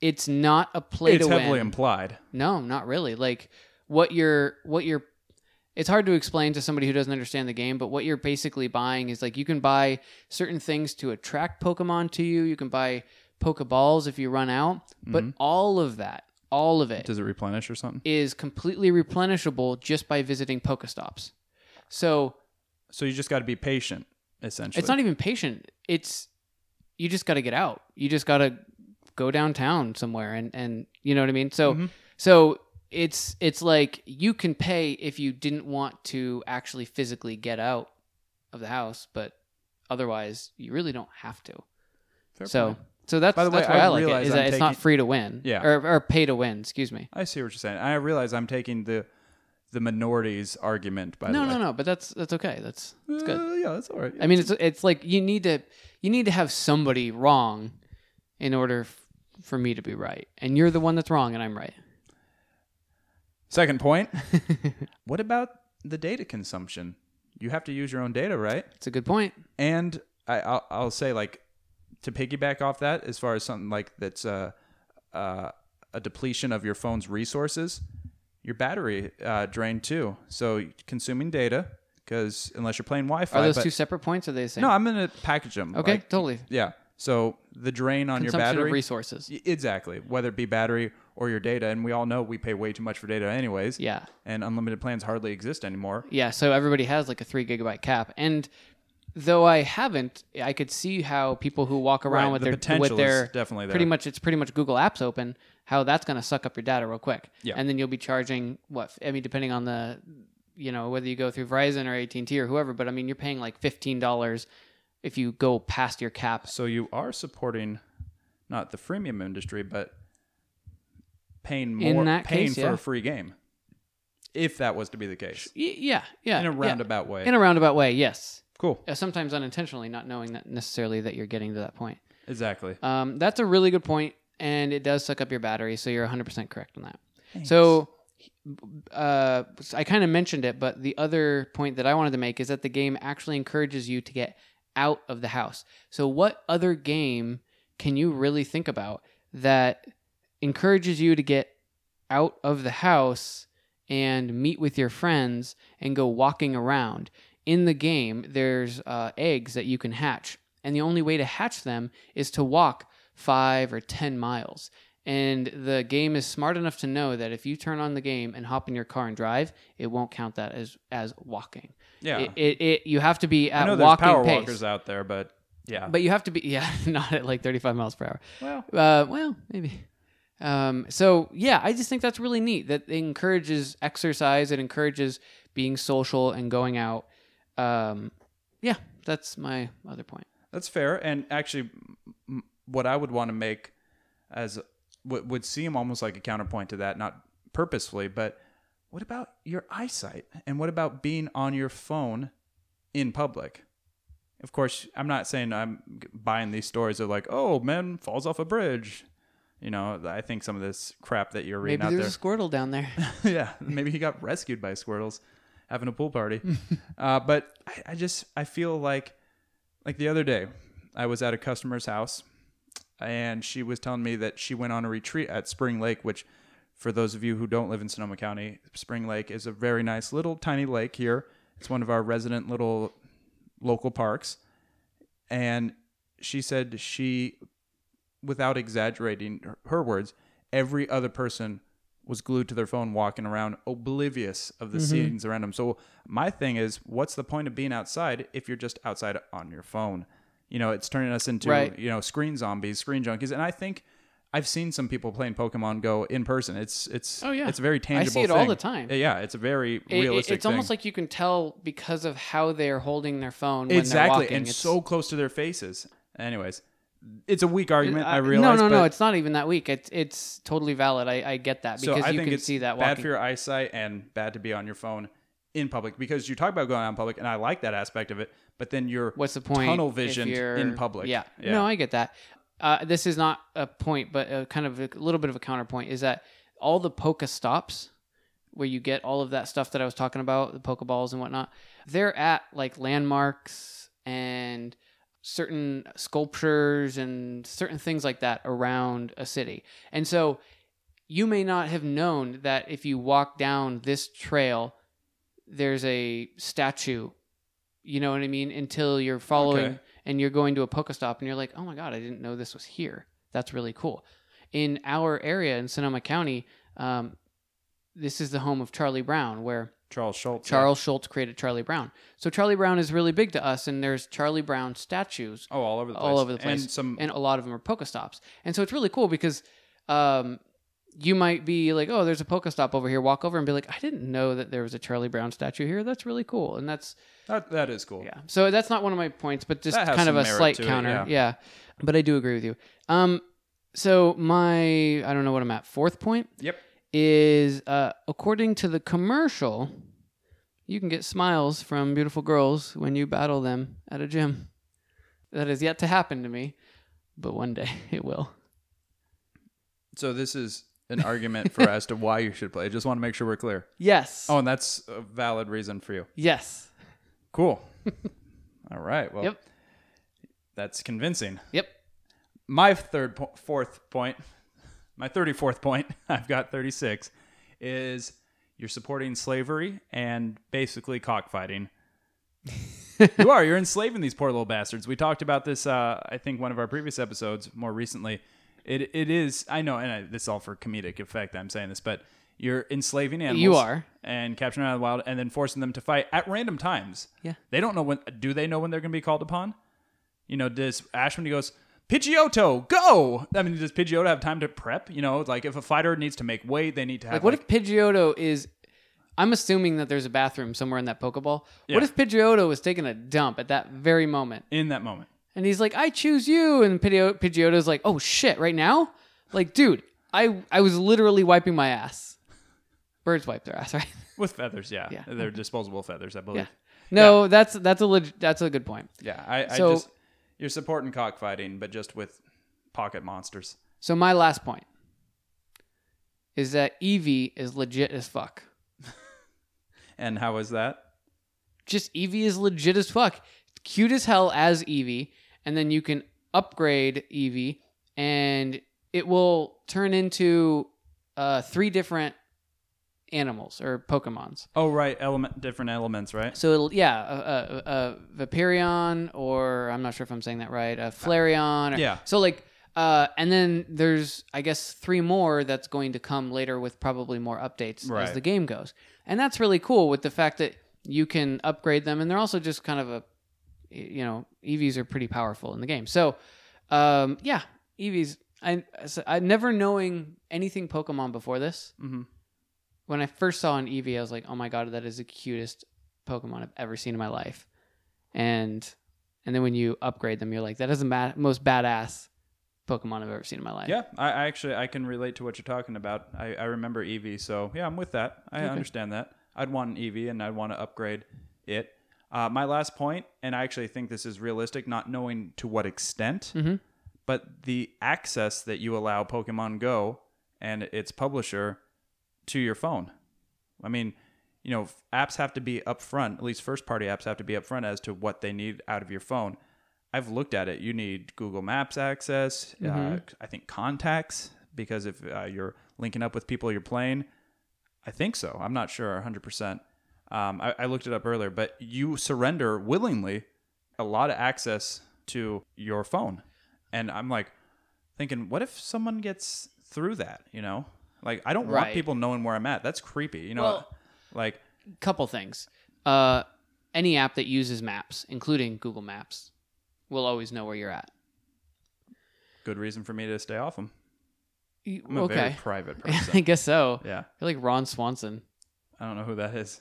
Speaker 1: It's not a play
Speaker 2: It's
Speaker 1: to win.
Speaker 2: heavily implied.
Speaker 1: No, not really. Like what you're what you're it's hard to explain to somebody who doesn't understand the game, but what you're basically buying is like you can buy certain things to attract Pokemon to you. You can buy Pokeballs if you run out, but all of that, all of it
Speaker 2: Does it replenish or something?
Speaker 1: is completely replenishable just by visiting Pokestops. So
Speaker 2: So you just got to be patient, essentially.
Speaker 1: it's not even patient. It's you just got to get out. You just got to go downtown somewhere, and and you know what I mean.
Speaker 2: Mm-hmm.
Speaker 1: So so it's it's like you can pay if you didn't want to actually physically get out of the house, but otherwise you really don't have to.
Speaker 2: Fair
Speaker 1: so.
Speaker 2: point.
Speaker 1: So that's,
Speaker 2: By the way,
Speaker 1: that's why I,
Speaker 2: I
Speaker 1: like it
Speaker 2: realize
Speaker 1: is that
Speaker 2: I'm
Speaker 1: it's not
Speaker 2: taking-
Speaker 1: free to win,
Speaker 2: Yeah.
Speaker 1: or, or pay to win. Excuse me.
Speaker 2: I see what you're saying. I realize I'm taking the the minorities argument. By
Speaker 1: No,
Speaker 2: the way,
Speaker 1: no, no. But that's that's okay. That's that's good.
Speaker 2: Uh, yeah, that's all right.
Speaker 1: I mean, it's it's like you need to you need to have somebody wrong in order f- for me to be right, and you're the one that's wrong, and I'm right.
Speaker 2: Second point. what about the data consumption? You have to use your own data, right?
Speaker 1: It's a good point.
Speaker 2: And I, I'll, I'll say, like, to piggyback off that, as far as something like that's a, uh a depletion of your phone's resources, your battery uh, drained too. So consuming data, because unless you're playing Wi-Fi,
Speaker 1: Are those
Speaker 2: but-
Speaker 1: two separate points? Or are they the same?
Speaker 2: No, I'm gonna package them.
Speaker 1: okay,
Speaker 2: like,
Speaker 1: totally.
Speaker 2: yeah. So the drain on your
Speaker 1: Consumption of
Speaker 2: battery
Speaker 1: resources.
Speaker 2: Y- Exactly. Whether it be battery or your data, and we all know we pay way too much for data anyways.
Speaker 1: Yeah,
Speaker 2: And unlimited plans hardly exist anymore.
Speaker 1: yeah. So everybody has like a three gigabyte cap, and though I haven't, I could see how people who walk around
Speaker 2: Right,
Speaker 1: with
Speaker 2: the
Speaker 1: their
Speaker 2: potential
Speaker 1: with
Speaker 2: is
Speaker 1: their
Speaker 2: definitely there.
Speaker 1: pretty much it's pretty much Google Apps open. How that's going to suck up your data real quick,
Speaker 2: Yeah.
Speaker 1: and then you'll be charging what? I mean, depending on the, you know, whether you go through Verizon or AT and T or whoever, but I mean, you're paying like fifteen dollars if you go past your cap.
Speaker 2: So you are supporting not the freemium industry, but paying more
Speaker 1: that
Speaker 2: paying
Speaker 1: case,
Speaker 2: for
Speaker 1: yeah.
Speaker 2: a free game. If that was to be the case.
Speaker 1: Y- yeah, yeah,
Speaker 2: In a
Speaker 1: yeah.
Speaker 2: roundabout way.
Speaker 1: in a roundabout way, yes.
Speaker 2: cool.
Speaker 1: Uh, Sometimes unintentionally, not knowing that necessarily that you're getting to that point.
Speaker 2: Exactly.
Speaker 1: Um, that's a really good point, and it does suck up your battery, so you're 100% correct on that. So, uh, I kind of mentioned it, but the other point that I wanted to make is that the game actually encourages you to get out of the house. So, what other game can you really think about that encourages you to get out of the house and meet with your friends and go walking around. In the game, there's uh, eggs that you can hatch, and the only way to hatch them is to walk five or 10 miles. And the game is smart enough to know that if you turn on the game and hop in your car and drive, it won't count that as, as walking.
Speaker 2: Yeah.
Speaker 1: It, it, it, you have to be
Speaker 2: I
Speaker 1: at
Speaker 2: know there's
Speaker 1: walking
Speaker 2: power
Speaker 1: pace.
Speaker 2: walkers out there, but yeah.
Speaker 1: But you have to be, yeah, not at like 35 miles per hour.
Speaker 2: well,
Speaker 1: Uh, well, maybe. Um, so yeah, I just think that's really neat. That it encourages exercise. It encourages being social and going out. Um, yeah, that's my other point.
Speaker 2: That's fair. And actually, m- what I would want to make as what would seem almost like a counterpoint to that, not purposefully, but what about your eyesight? And what about being on your phone in public? Of course, I'm not saying I'm g- buying these stories of like, oh, man falls off a bridge. You know, I think some of this crap that you're reading
Speaker 1: Maybe
Speaker 2: out
Speaker 1: there's
Speaker 2: there
Speaker 1: a Squirtle down there.
Speaker 2: yeah, maybe he got rescued by squirtles having a pool party. uh, but I, I just I feel like like the other day I was at a customer's house and she was telling me that she went on a retreat at Spring Lake, which for those of you who don't live in Sonoma County, Spring Lake is a very nice little tiny lake here. It's one of our resident little local parks. And she said she without exaggerating her- her words, every other person was glued to their phone walking around oblivious of the
Speaker 1: Mm-hmm.
Speaker 2: scenes around them. So my thing is what's the point of being outside if you're just outside on your phone? You know, it's turning us into,
Speaker 1: Right.
Speaker 2: you know, screen zombies, screen junkies. And I think I've seen some people playing Pokemon Go in person. It's it's
Speaker 1: Oh, yeah.
Speaker 2: it's a very
Speaker 1: I
Speaker 2: tangible
Speaker 1: see it all
Speaker 2: thing.
Speaker 1: the time.
Speaker 2: Yeah, it's a very
Speaker 1: It- it-
Speaker 2: realistic
Speaker 1: it's almost
Speaker 2: thing.
Speaker 1: like you can tell because of how they're holding their phone when they're
Speaker 2: exactly
Speaker 1: walking.
Speaker 2: and
Speaker 1: It's- uh,
Speaker 2: so close to their faces. Anyways, it's a weak
Speaker 1: uh,
Speaker 2: argument, I realize.
Speaker 1: no, no, no.
Speaker 2: but-
Speaker 1: It's not even that weak. It's it's totally valid. I, I get that because
Speaker 2: so I
Speaker 1: you
Speaker 2: think
Speaker 1: can
Speaker 2: it's
Speaker 1: see that
Speaker 2: bad
Speaker 1: walking.
Speaker 2: for your eyesight and bad to be on your phone in public because you talk about going out in public, and I like that aspect of it. But then you're
Speaker 1: what's the point
Speaker 2: Tunnel
Speaker 1: if
Speaker 2: visioned
Speaker 1: you're-
Speaker 2: in public.
Speaker 1: yeah.
Speaker 2: Yeah.
Speaker 1: no i get that uh, this is not a point but a kind of a little bit of a counterpoint is that all the poke stops where you get all of that stuff that i was talking about the pokeballs and whatnot they're at like landmarks and certain sculptures and certain things like that around a city and so you may not have known that if you walk down this trail there's a statue you know what i mean until you're following
Speaker 2: Okay.
Speaker 1: and you're going to a Pokestop and you're like, oh my God, I didn't know this was here. That's really cool. In our area in Sonoma County, um, this is the home of Charlie Brown, where
Speaker 2: Charles Schultz. yeah.
Speaker 1: Charles Schultz created Charlie Brown. So Charlie Brown is really big to us, and there's Charlie Brown statues
Speaker 2: Oh, all over the place.
Speaker 1: all over the place,
Speaker 2: And some.
Speaker 1: and a lot of them are Pokestops. And so it's really cool because um, you might be like, oh, there's a Pokestop over here. Walk over and be like, I didn't know that there was a Charlie Brown statue here. That's really cool, and that's
Speaker 2: that, that is cool.
Speaker 1: yeah. So that's not one of my points, but just
Speaker 2: That has
Speaker 1: kind of
Speaker 2: some
Speaker 1: a
Speaker 2: merit
Speaker 1: slight
Speaker 2: to it,
Speaker 1: counter.
Speaker 2: yeah.
Speaker 1: yeah. But I do agree with you. Um so my I don't know what I'm at. Fourth point
Speaker 2: Yep.
Speaker 1: is uh according to the commercial, you can get smiles from beautiful girls when you battle them at a gym. That has yet to happen to me, but one day it will.
Speaker 2: So this is an argument for as to why you should play. I just want to make sure we're clear.
Speaker 1: Yes.
Speaker 2: Oh, and that's a valid reason for you.
Speaker 1: Yes.
Speaker 2: Cool. all right. Well,
Speaker 1: Yep.
Speaker 2: that's convincing.
Speaker 1: Yep.
Speaker 2: my third po- fourth point my 34th point i've got 36 is you're supporting slavery and basically cockfighting you are you're enslaving these poor little bastards we talked about this uh, i think one of our previous episodes more recently it, it is i know and I, this is all for comedic effect i'm saying this but you're enslaving animals
Speaker 1: You are.
Speaker 2: and capturing them out of the wild and then forcing them to fight at random times
Speaker 1: Yeah.
Speaker 2: they don't know when do they know when they're going to be called upon you know, does Ashman he goes, Pidgeotto, go? I mean, does Pidgeotto have time to prep? You know, like if a fighter needs to make weight, they need to have
Speaker 1: Like, what if Pidgeotto is? I'm assuming that there's a bathroom somewhere in that Pokeball.
Speaker 2: Yeah.
Speaker 1: What if Pidgeotto was taking a dump at that very moment,
Speaker 2: in that moment.
Speaker 1: and he's like, "I choose you," and Pidgeo- Pidgeotto's like, "Oh shit, right now!" Like, dude, I I was literally wiping my ass. Birds wipe their ass, right?
Speaker 2: With feathers, yeah.
Speaker 1: Yeah.
Speaker 2: They're disposable feathers, I believe.
Speaker 1: Yeah. No, that's that's a leg- that's a good point.
Speaker 2: Yeah. I, I
Speaker 1: So-
Speaker 2: just you're supporting cockfighting, but just with pocket monsters.
Speaker 1: So my last point is that Eevee is legit as fuck.
Speaker 2: And how is that?
Speaker 1: just Eevee is legit as fuck. Cute as hell as Eevee. And then you can upgrade Eevee and it will turn into uh, three different animals or Pokemons.
Speaker 2: Oh, right. Element, different elements, right?
Speaker 1: So it'll, yeah, a, a, a Vaporeon, or I'm not sure if I'm saying that right, a Flareon. Or,
Speaker 2: Yeah.
Speaker 1: So like, uh, and then there's I guess three more that's going to come later with probably more updates as
Speaker 2: Right.
Speaker 1: the game goes, and that's really cool with the fact that you can upgrade them, and they're also just kind of a, you know, EVs are pretty powerful in the game. So, um, yeah, EVs. I, so I never knowing anything Pokemon before this
Speaker 2: hmm
Speaker 1: when I first saw an Eevee, I was like, "Oh my god, that is the cutest Pokemon I've ever seen in my life." And and then when you upgrade them, you're like, "That is the ma- most badass Pokemon I've ever seen in my life."
Speaker 2: Yeah, I, I actually I can relate to what you're talking about. I, I remember EV, so yeah, I'm with that. I understand that. I'd want an EV, and I'd want to upgrade it. Uh, my last point, and I actually think this is realistic, not knowing to what extent,
Speaker 1: Mhm.
Speaker 2: but the access that you allow Pokemon Go and its publisher to your phone. I mean, you know, f- apps have to be upfront, at least first party apps have to be upfront as to what they need out of your phone. I've looked at it. You need Google Maps access, uh, I think contacts, because if uh, you're linking up with people you're playing, I think so. I'm not sure 100%. Um, I, I looked it up earlier, but you surrender willingly a lot of access to your phone. And I'm like thinking, what if someone gets through that? You know, like I don't want
Speaker 1: Right.
Speaker 2: people knowing where I'm at. That's creepy. You know,
Speaker 1: Well-
Speaker 2: like,
Speaker 1: Couple things. Uh, any app that uses maps, including Google Maps, will always know where you're at.
Speaker 2: good reason for me to stay off them.
Speaker 1: You-
Speaker 2: I'm a very
Speaker 1: okay.
Speaker 2: private
Speaker 1: I
Speaker 2: person.
Speaker 1: guess so.
Speaker 2: yeah.
Speaker 1: You're like Ron Swanson
Speaker 2: I don't know who that is.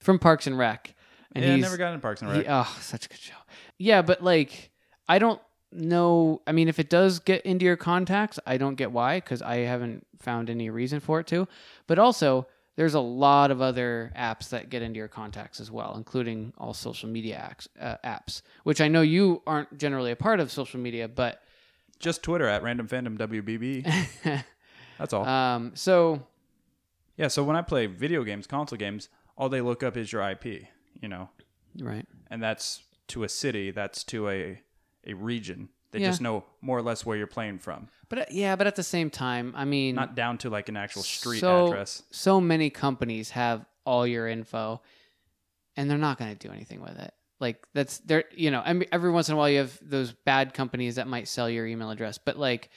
Speaker 1: from Parks and Rec, and
Speaker 2: yeah, I
Speaker 1: he's
Speaker 2: never got in Parks and
Speaker 1: He-
Speaker 2: Rec.
Speaker 1: oh, such a good show. Yeah, but like, I don't know. I mean, if it does get into your contacts, I don't get why because I haven't found any reason for it to. But also, there's a lot of other apps that get into your contacts as well, including all social media apps, uh, apps which I know you aren't generally a part of social media, but
Speaker 2: Just Twitter at random fandom WBB. That's all.
Speaker 1: um, so
Speaker 2: yeah. So when I play video games, console games, all they look up is your IP. You know,
Speaker 1: right.
Speaker 2: and that's to a city. That's to a a region. They
Speaker 1: Yeah.
Speaker 2: just know more or less where you're playing from,
Speaker 1: But uh, yeah, but at the same time, I mean,
Speaker 2: not down to like an actual street
Speaker 1: Mm. so,
Speaker 2: address.
Speaker 1: So many companies have all your info, and they're not going to do anything with it. Like that's they're you know I mean, every once in a while you have those bad companies that might sell your email address, but like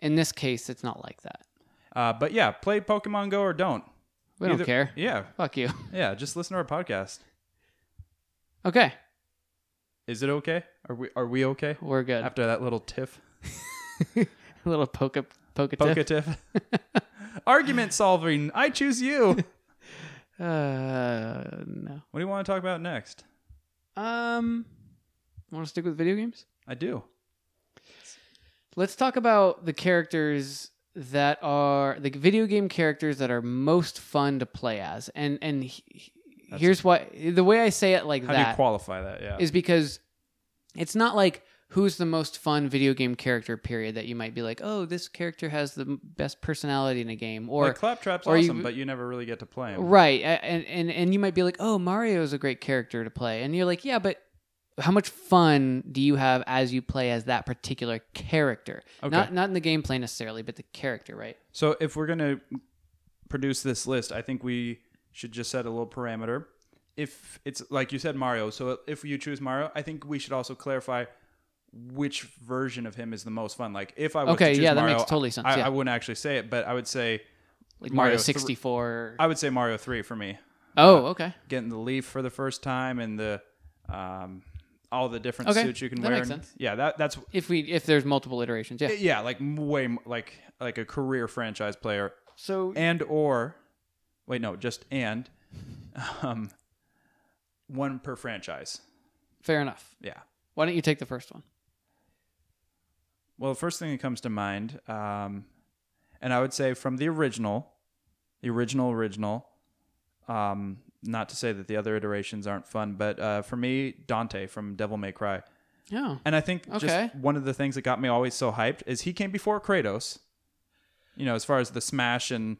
Speaker 1: in this case, it's not like that.
Speaker 2: Uh, but yeah, play Pokemon Go or don't.
Speaker 1: We
Speaker 2: Either-
Speaker 1: don't care.
Speaker 2: Yeah,
Speaker 1: Fuck you.
Speaker 2: yeah. Just listen to our podcast.
Speaker 1: Okay,
Speaker 2: Is it okay? Are we are we okay
Speaker 1: we're good.
Speaker 2: after that little tiff?
Speaker 1: A little poke up, poke a
Speaker 2: Poke
Speaker 1: tip.
Speaker 2: tiff. Argument solving. I choose you. what
Speaker 1: Uh, no.
Speaker 2: do you want to talk about next?
Speaker 1: Um, want to stick with video games?
Speaker 2: I do.
Speaker 1: Let's talk about the characters that are the video game characters that are most fun to play as. And and he- he-
Speaker 2: That's-
Speaker 1: here's why the way I say it like
Speaker 2: How do you
Speaker 1: that
Speaker 2: qualify that? Yeah.
Speaker 1: is because it's not like who's the most fun video game character period that you might be like, "Oh, this character has the m- best personality in a game." Or
Speaker 2: like Claptrap's
Speaker 1: or you-
Speaker 2: awesome, but you never really get to play him.
Speaker 1: Right. a- And, and and you might be like, "Oh, Mario's a great character to play." And you're like, "Yeah, but how much fun do you have as you play as that particular character?
Speaker 2: Okay.
Speaker 1: Not not in the gameplay necessarily, but the character, right?
Speaker 2: So if we're gonna produce this list, I think we should just set a little parameter. If it's like you said, Mario. So if you choose Mario, I think we should also clarify which version of him is the most fun. Like if I was
Speaker 1: Okay,
Speaker 2: to choose
Speaker 1: yeah, that
Speaker 2: Mario,
Speaker 1: makes totally sense,
Speaker 2: I,
Speaker 1: yeah.
Speaker 2: I wouldn't actually say it, but I would say
Speaker 1: Like Mario,
Speaker 2: Mario thr-
Speaker 1: 64.
Speaker 2: I would say Mario three for me.
Speaker 1: oh, okay.
Speaker 2: getting the leaf for the first time and the um, all the different
Speaker 1: Okay,
Speaker 2: suits you can
Speaker 1: that
Speaker 2: wear.
Speaker 1: makes
Speaker 2: and-
Speaker 1: sense.
Speaker 2: Yeah, that that's
Speaker 1: If we if there's multiple iterations, yeah.
Speaker 2: yeah, like m- way m- like like a career franchise player
Speaker 1: So
Speaker 2: and or wait no, just and um one per franchise.
Speaker 1: fair enough.
Speaker 2: Yeah.
Speaker 1: Why don't you take the first one?
Speaker 2: Well, the first thing that comes to mind, um, and I would say from the original, the original original. Um, not to say that the other iterations aren't fun, but uh, for me, Dante from Devil May Cry.
Speaker 1: Yeah.
Speaker 2: And I think
Speaker 1: Okay.
Speaker 2: just one of the things that got me always so hyped is he came before Kratos. You know, as far as the smash and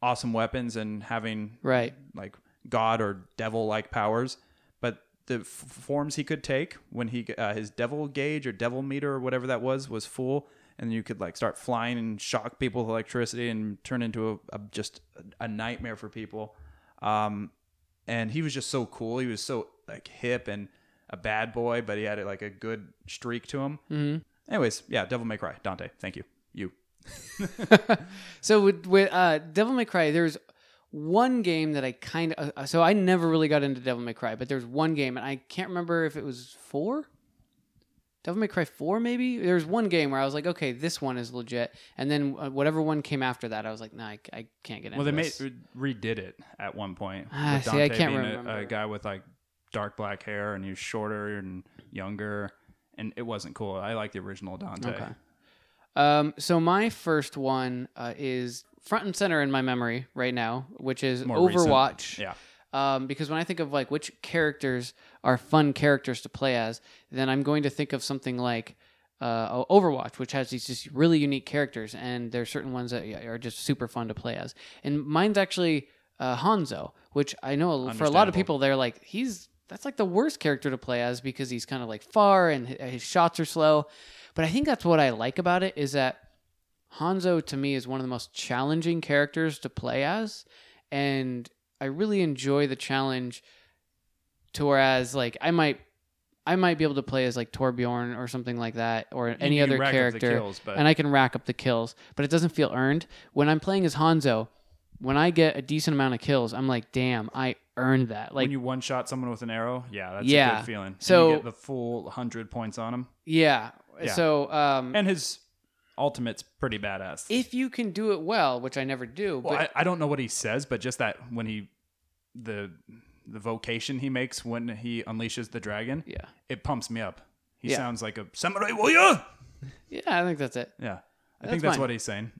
Speaker 2: awesome weapons and having
Speaker 1: Right.
Speaker 2: like god or devil like powers, but the f- forms he could take when he uh, his devil gauge or devil meter or whatever that was was full and you could like start flying and shock people with electricity and turn into a, a just a nightmare for people. Um, and he was just so cool. He was so like hip and a bad boy, but he had like a good streak to him. Mm-hmm. Anyways, yeah, Devil May Cry, Dante. Thank you, you.
Speaker 1: So with, with uh, Devil May Cry, there's one game that I kind of uh, so I never really got into Devil May Cry, but there's one game and I can't remember if it was four. Devil May Cry four maybe. There's one game where I was like, okay, this one is legit, and then uh, whatever one came after that, I was like, nah, I, I can't get into.
Speaker 2: Well, they made
Speaker 1: this.
Speaker 2: redid it at one point.
Speaker 1: Ah,
Speaker 2: with
Speaker 1: see, I can't
Speaker 2: being a- A,
Speaker 1: remember.
Speaker 2: guy with like dark black hair, and he was shorter and younger, and it wasn't cool. I like the original Dante.
Speaker 1: Okay. Um, so my first one uh, is front and center in my memory right now, which is
Speaker 2: More recent.
Speaker 1: Overwatch.
Speaker 2: Yeah.
Speaker 1: Um, because when I think of like which characters are fun characters to play as, then I'm going to think of something like uh, O- Overwatch, which has these just really unique characters, and there's certain ones that yeah, are just super fun to play as. And mine's actually uh, Hanzo, which I know for a lot of
Speaker 2: Understandable.
Speaker 1: people they're like he's that's like the worst character to play as because he's kind of like far and hi- his shots are slow. But I think that's what I like about it is that Hanzo to me is one of the most challenging characters to play as, and I really enjoy the challenge. To whereas like I might, I might be able to play as like Torbjorn or something like that, or
Speaker 2: You-
Speaker 1: any
Speaker 2: you
Speaker 1: other
Speaker 2: rack up the
Speaker 1: character,
Speaker 2: kills, but-
Speaker 1: and I can rack up the kills, but it doesn't feel earned. When I'm playing as Hanzo, when I get a decent amount of kills, I'm like, damn, I earned that. Like
Speaker 2: when you one shot someone with an arrow, yeah, that's a
Speaker 1: Yeah.
Speaker 2: good feeling. And
Speaker 1: So-
Speaker 2: you get the full hundred points on him,
Speaker 1: Yeah.
Speaker 2: Yeah.
Speaker 1: So um,
Speaker 2: and his ultimate's pretty badass.
Speaker 1: if you can do it well, which I never do,
Speaker 2: well,
Speaker 1: but
Speaker 2: I, I don't know what he says, but just that when he the the vocation he makes when he unleashes the dragon,
Speaker 1: yeah,
Speaker 2: it pumps me up. He
Speaker 1: Yeah.
Speaker 2: sounds like a samurai warrior.
Speaker 1: yeah, I think that's it.
Speaker 2: Yeah, I
Speaker 1: That's
Speaker 2: think that's
Speaker 1: fine.
Speaker 2: what he's saying.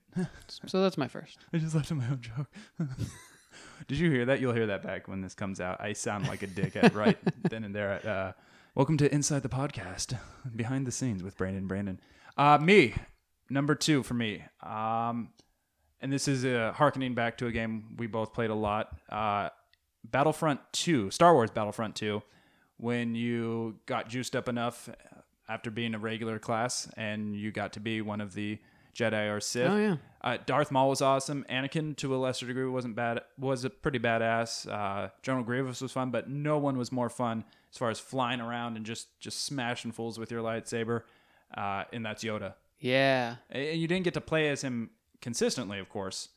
Speaker 1: So that's my first.
Speaker 2: I just left him my own joke. Did you hear that? You'll hear that back when this comes out. I sound like a dickhead right then and there. At, uh, welcome to Inside the Podcast, behind the scenes with Brandon. Brandon, uh, me number two for me. Um, and this is uh, harkening back to a game we both played a lot. Uh, Battlefront Two, Star Wars Battlefront Two. When you got juiced up enough after being a regular class, and you got to be one of the Jedi or Sith.
Speaker 1: Oh, yeah.
Speaker 2: Uh, Darth Maul was awesome. Anakin, to a lesser degree, wasn't bad. Was a pretty badass. Uh, General Grievous was fun, but no one was more fun as far as flying around and just just smashing fools with your lightsaber. Uh, and that's Yoda.
Speaker 1: Yeah,
Speaker 2: And you didn't get to play as him consistently, of course,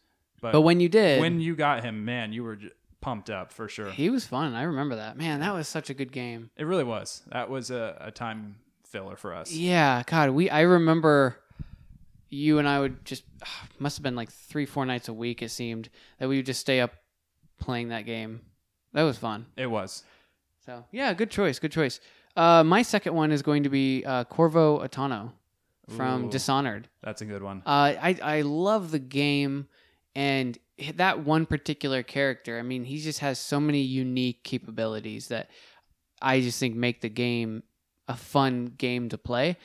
Speaker 2: but,
Speaker 1: but when you did,
Speaker 2: when you got him, man, you were j- pumped up for sure.
Speaker 1: he was fun. I remember that. Man, that was such a good game.
Speaker 2: It really was. That was a, a time filler for us.
Speaker 1: Yeah, God, we. I remember you and I would just must have been like three, four nights a week. It seemed that we would just stay up playing that game. That was fun.
Speaker 2: It was.
Speaker 1: So yeah, good choice, good choice. Uh, my second one is going to be uh, Corvo Atano from
Speaker 2: Ooh.
Speaker 1: Dishonored.
Speaker 2: That's a good one.
Speaker 1: Uh, I I love the game and that one particular character. I mean, he just has so many unique capabilities that I just think make the game a fun game to play.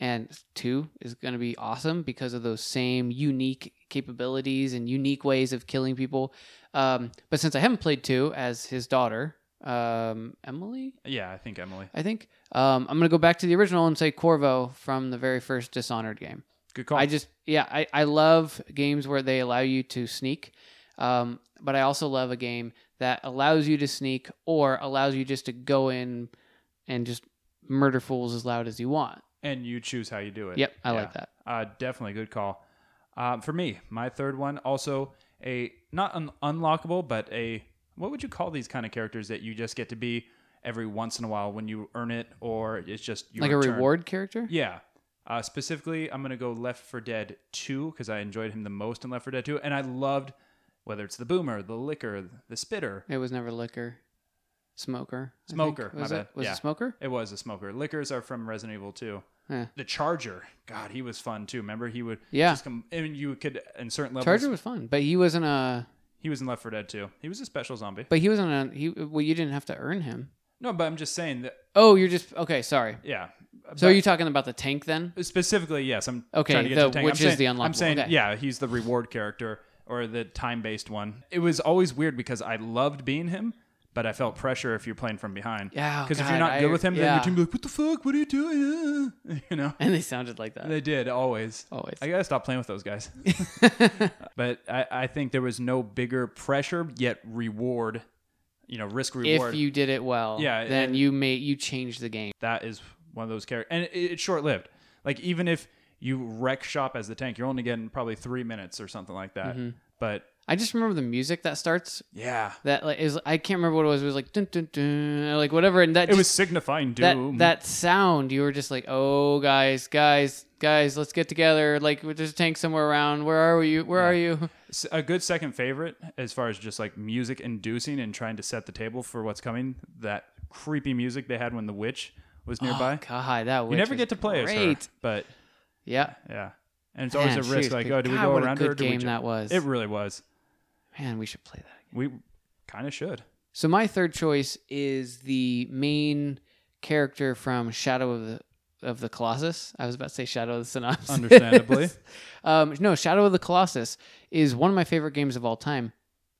Speaker 1: And two is going to be awesome because of those same unique capabilities and unique ways of killing people. Um, but since I haven't played two as his daughter, um, Emily,
Speaker 2: Yeah, I think Emily.
Speaker 1: I think um, I'm going to go back to the original and say Corvo from the very first Dishonored game.
Speaker 2: Good call.
Speaker 1: I just yeah, I, I love games where they allow you to sneak. Um, but I also love a game that allows you to sneak or allows you just to go in and just murder fools as loud as you want.
Speaker 2: and you choose how you do it.
Speaker 1: Yep, I
Speaker 2: Yeah.
Speaker 1: like that.
Speaker 2: Uh, definitely good call. Um, for me, my third one also a not an unlockable, but a what would you call these kind of characters that you just get to be every once in a while when you earn it, or it's just your
Speaker 1: like a
Speaker 2: turn?
Speaker 1: reward character?
Speaker 2: Yeah. Uh, specifically, I'm gonna go Left for Dead 2 because I enjoyed him the most in Left for Dead 2, and I loved whether it's the boomer, the liquor, the spitter.
Speaker 1: It was never liquor. Smoker. I think.
Speaker 2: Smoker, my
Speaker 1: Was it
Speaker 2: bad.
Speaker 1: was
Speaker 2: Yeah.
Speaker 1: it smoker?
Speaker 2: It was a smoker. Liquors are from Resident Evil 2.
Speaker 1: Yeah.
Speaker 2: The Charger, God, he was fun too. Remember, he would
Speaker 1: Yeah.
Speaker 2: just come, and you could in certain levels.
Speaker 1: Charger was fun, but he wasn't a
Speaker 2: He was in Left 4 Dead too. He was a special zombie.
Speaker 1: but he wasn't a he well you didn't have to earn him.
Speaker 2: No, but I'm just saying that.
Speaker 1: Oh, you're just okay, sorry.
Speaker 2: Yeah.
Speaker 1: So are you talking about the tank then?
Speaker 2: But specifically, yes. I'm
Speaker 1: Okay,
Speaker 2: Trying to get
Speaker 1: the-
Speaker 2: to Tank.
Speaker 1: which
Speaker 2: I'm
Speaker 1: is
Speaker 2: saying,
Speaker 1: the
Speaker 2: I'm
Speaker 1: unlockable,
Speaker 2: saying,
Speaker 1: okay.
Speaker 2: yeah, he's the reward character or the time based one. It was always weird because I loved being him, But I felt pressure if you're playing from behind.
Speaker 1: Yeah, oh
Speaker 2: Because if you're
Speaker 1: God,
Speaker 2: not
Speaker 1: I-
Speaker 2: good with him, then
Speaker 1: yeah.
Speaker 2: your team be like, what the fuck? What are you doing? You know?
Speaker 1: And they sounded like that.
Speaker 2: They did always.
Speaker 1: Always.
Speaker 2: I gotta stop playing with those guys. but I, I think there was no bigger pressure yet reward, you know, risk reward.
Speaker 1: if you did it well,
Speaker 2: Yeah,
Speaker 1: then
Speaker 2: and-
Speaker 1: you made you changed the game.
Speaker 2: that is one of those characters, and it, it's short lived. Like even if you wreck shop as the tank, you're only getting probably three minutes or something like that.
Speaker 1: Mm-hmm.
Speaker 2: But
Speaker 1: I just remember the music that starts.
Speaker 2: yeah,
Speaker 1: That like is I can't remember what it was. It was like dun, dun, dun, or, like whatever, and that
Speaker 2: it
Speaker 1: just,
Speaker 2: was signifying
Speaker 1: that
Speaker 2: doom.
Speaker 1: that sound. You were just like, oh guys, guys, guys, let's get together. Like there's a tank somewhere around. Where are you? Where are you?
Speaker 2: S- a good second favorite as far as just like music inducing and trying to set the table for what's coming. That creepy music they had when the witch was nearby.
Speaker 1: Oh, God, that
Speaker 2: you never get to play
Speaker 1: great.
Speaker 2: as her, but
Speaker 1: Yeah,
Speaker 2: Yeah. And it's always
Speaker 1: Man,
Speaker 2: a risk.
Speaker 1: shoot,
Speaker 2: Like,
Speaker 1: but
Speaker 2: oh, do we
Speaker 1: God,
Speaker 2: go
Speaker 1: what a
Speaker 2: around
Speaker 1: good
Speaker 2: her? or do we
Speaker 1: game
Speaker 2: ju-
Speaker 1: that was.
Speaker 2: It really was.
Speaker 1: man, we should play that. Again.
Speaker 2: We kind of should.
Speaker 1: So my third choice is the main character from Shadow of the of the Colossus. I was about to say Shadow of the Synopsis.
Speaker 2: Understandably.
Speaker 1: um, no, Shadow of the Colossus is one of my favorite games of all time.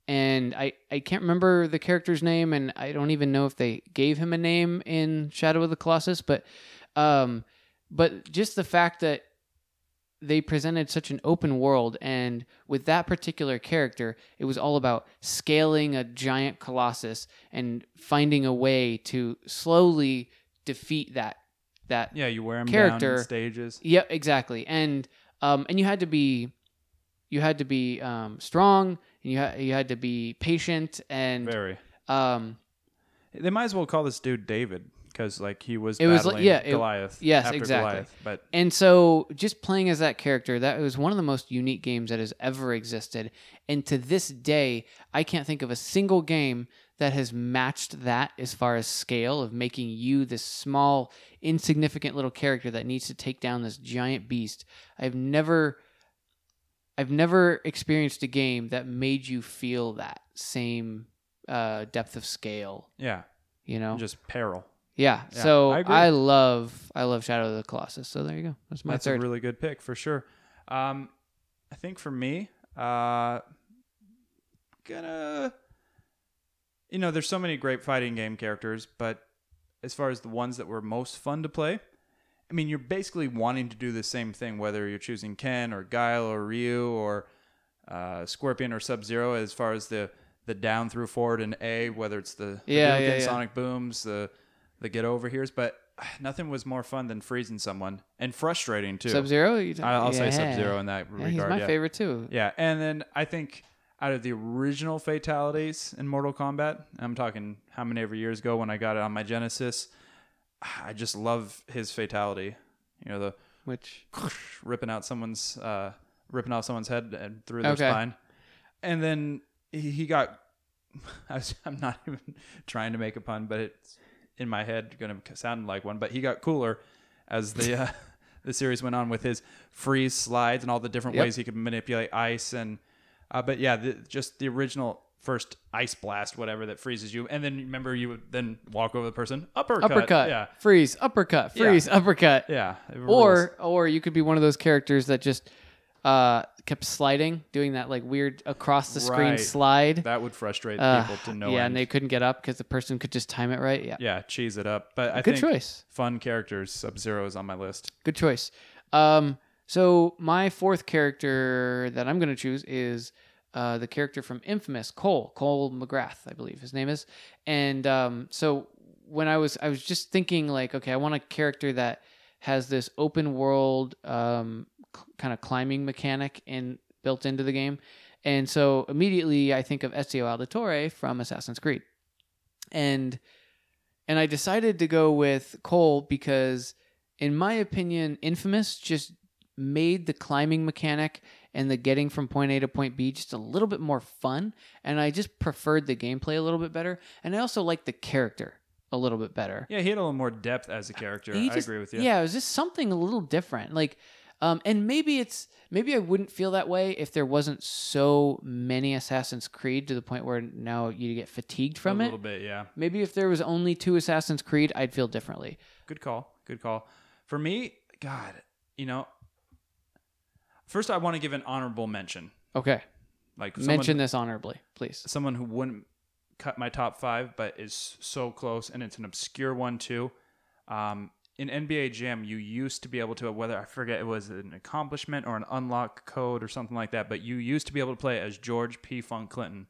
Speaker 1: And I, I can't remember the character's name, and I don't even know if they gave him a name in Shadow of the Colossus, but um, but just the fact that they presented such an open world and with that particular character it was all about scaling a giant colossus and finding a way to slowly defeat that that
Speaker 2: Yeah, you wear them down
Speaker 1: Character.
Speaker 2: in stages.
Speaker 1: yeah, exactly. And um, and you had to be, you had to be um, strong, and you ha- you had to be patient, and
Speaker 2: Very.
Speaker 1: um,
Speaker 2: They might as well call this dude David because, like, he was
Speaker 1: It
Speaker 2: it
Speaker 1: was
Speaker 2: battling
Speaker 1: like- yeah, it-
Speaker 2: Goliath.
Speaker 1: yes,
Speaker 2: after
Speaker 1: exactly.
Speaker 2: Goliath. But
Speaker 1: and so just playing as that character, that was one of the most unique games that has ever existed. And to this day, I can't think of a single game that has matched that as far as scale of making you this small, insignificant little character that needs to take down this giant beast. I've never I've never experienced a game that made you feel that same uh, depth of scale.
Speaker 2: yeah,
Speaker 1: You know,
Speaker 2: just peril.
Speaker 1: yeah.
Speaker 2: yeah,
Speaker 1: So I,
Speaker 2: I agree.
Speaker 1: love I love Shadow of the Colossus. So there you go. That's my
Speaker 2: That's
Speaker 1: third.
Speaker 2: a really good pick for sure. Um, I think for me, uh, gonna, you know, there's so many great fighting game characters, but as far as the ones that were most fun to play, I mean, you're basically wanting to do the same thing, whether you're choosing Ken or Guile or Ryu or uh, Scorpion or Sub Zero, as far as the the down through forward and A, whether it's the
Speaker 1: Yeah,
Speaker 2: Hadouken,
Speaker 1: yeah, yeah.
Speaker 2: Sonic Booms, the the get over here's, but nothing was more fun than freezing someone and frustrating too.
Speaker 1: Sub Zero.
Speaker 2: I- I'll say Sub Zero in that
Speaker 1: Yeah,
Speaker 2: regard.
Speaker 1: he's my
Speaker 2: yeah.
Speaker 1: favorite too.
Speaker 2: Yeah, and then I think out of the original fatalities in Mortal Kombat, I'm talking how many ever years ago when I got it on my Genesis, I just love his fatality. You know, the
Speaker 1: Which
Speaker 2: ripping out someone's uh, ripping off someone's head and through their
Speaker 1: Okay.
Speaker 2: spine, and then he, he got. I was, I'm not even trying to make a pun, but it's in my head going to sound like one. But he got cooler as the uh, the series went on with his freeze slides and all the different
Speaker 1: Yep.
Speaker 2: ways he could manipulate ice and. Uh, but yeah, the, just the original first ice blast, whatever that freezes you, and then remember you would then walk over the person uppercut.
Speaker 1: uppercut,
Speaker 2: Yeah,
Speaker 1: freeze, uppercut, freeze, uppercut.
Speaker 2: yeah. it rules.
Speaker 1: Or or you could be one of those characters that just uh, kept sliding, doing that like weird across the screen
Speaker 2: Right.
Speaker 1: slide.
Speaker 2: that would frustrate
Speaker 1: Uh,
Speaker 2: people to no
Speaker 1: yeah,
Speaker 2: end.
Speaker 1: and they couldn't get up because the person could just time it right. Yeah,
Speaker 2: yeah, cheese it up. But I
Speaker 1: good
Speaker 2: think
Speaker 1: choice.
Speaker 2: fun characters, Sub Zero is on my list.
Speaker 1: Good choice. Um, so my fourth character that I'm going to choose is uh, the character from Infamous, Cole, Cole McGrath, I believe his name is. And um, so when I was, I was just thinking like, okay, I want a character that has this open world um, c- kind of climbing mechanic in built into the game. And so immediately I think of Ezio Auditore from Assassin's Creed. And and I decided to go with Cole because in my opinion, Infamous just made the climbing mechanic and the getting from point A to point B just a little bit more fun. And I just preferred the gameplay a little bit better. And I also liked the character a little bit better.
Speaker 2: Yeah, he had a little more depth as a character.
Speaker 1: He
Speaker 2: I
Speaker 1: just-
Speaker 2: agree with you.
Speaker 1: Yeah, it was just something a little different. Like, um, and maybe it's maybe I wouldn't feel that way if there wasn't so many Assassin's Creed to the point where now you get fatigued from
Speaker 2: a
Speaker 1: it.
Speaker 2: little bit. Yeah,
Speaker 1: Maybe if there was only two Assassin's Creed, I'd feel differently.
Speaker 2: good call. Good call. For me, God, you know, first I want to give an honorable mention,
Speaker 1: Okay,
Speaker 2: like someone,
Speaker 1: mention this honorably, please.
Speaker 2: someone who wouldn't cut my top five, but is so close, and it's an obscure one too. Um, in NBA Jam, you used to be able to whether I forget it was an accomplishment or an unlock code or something like that, but you used to be able to play as George P. Funk Clinton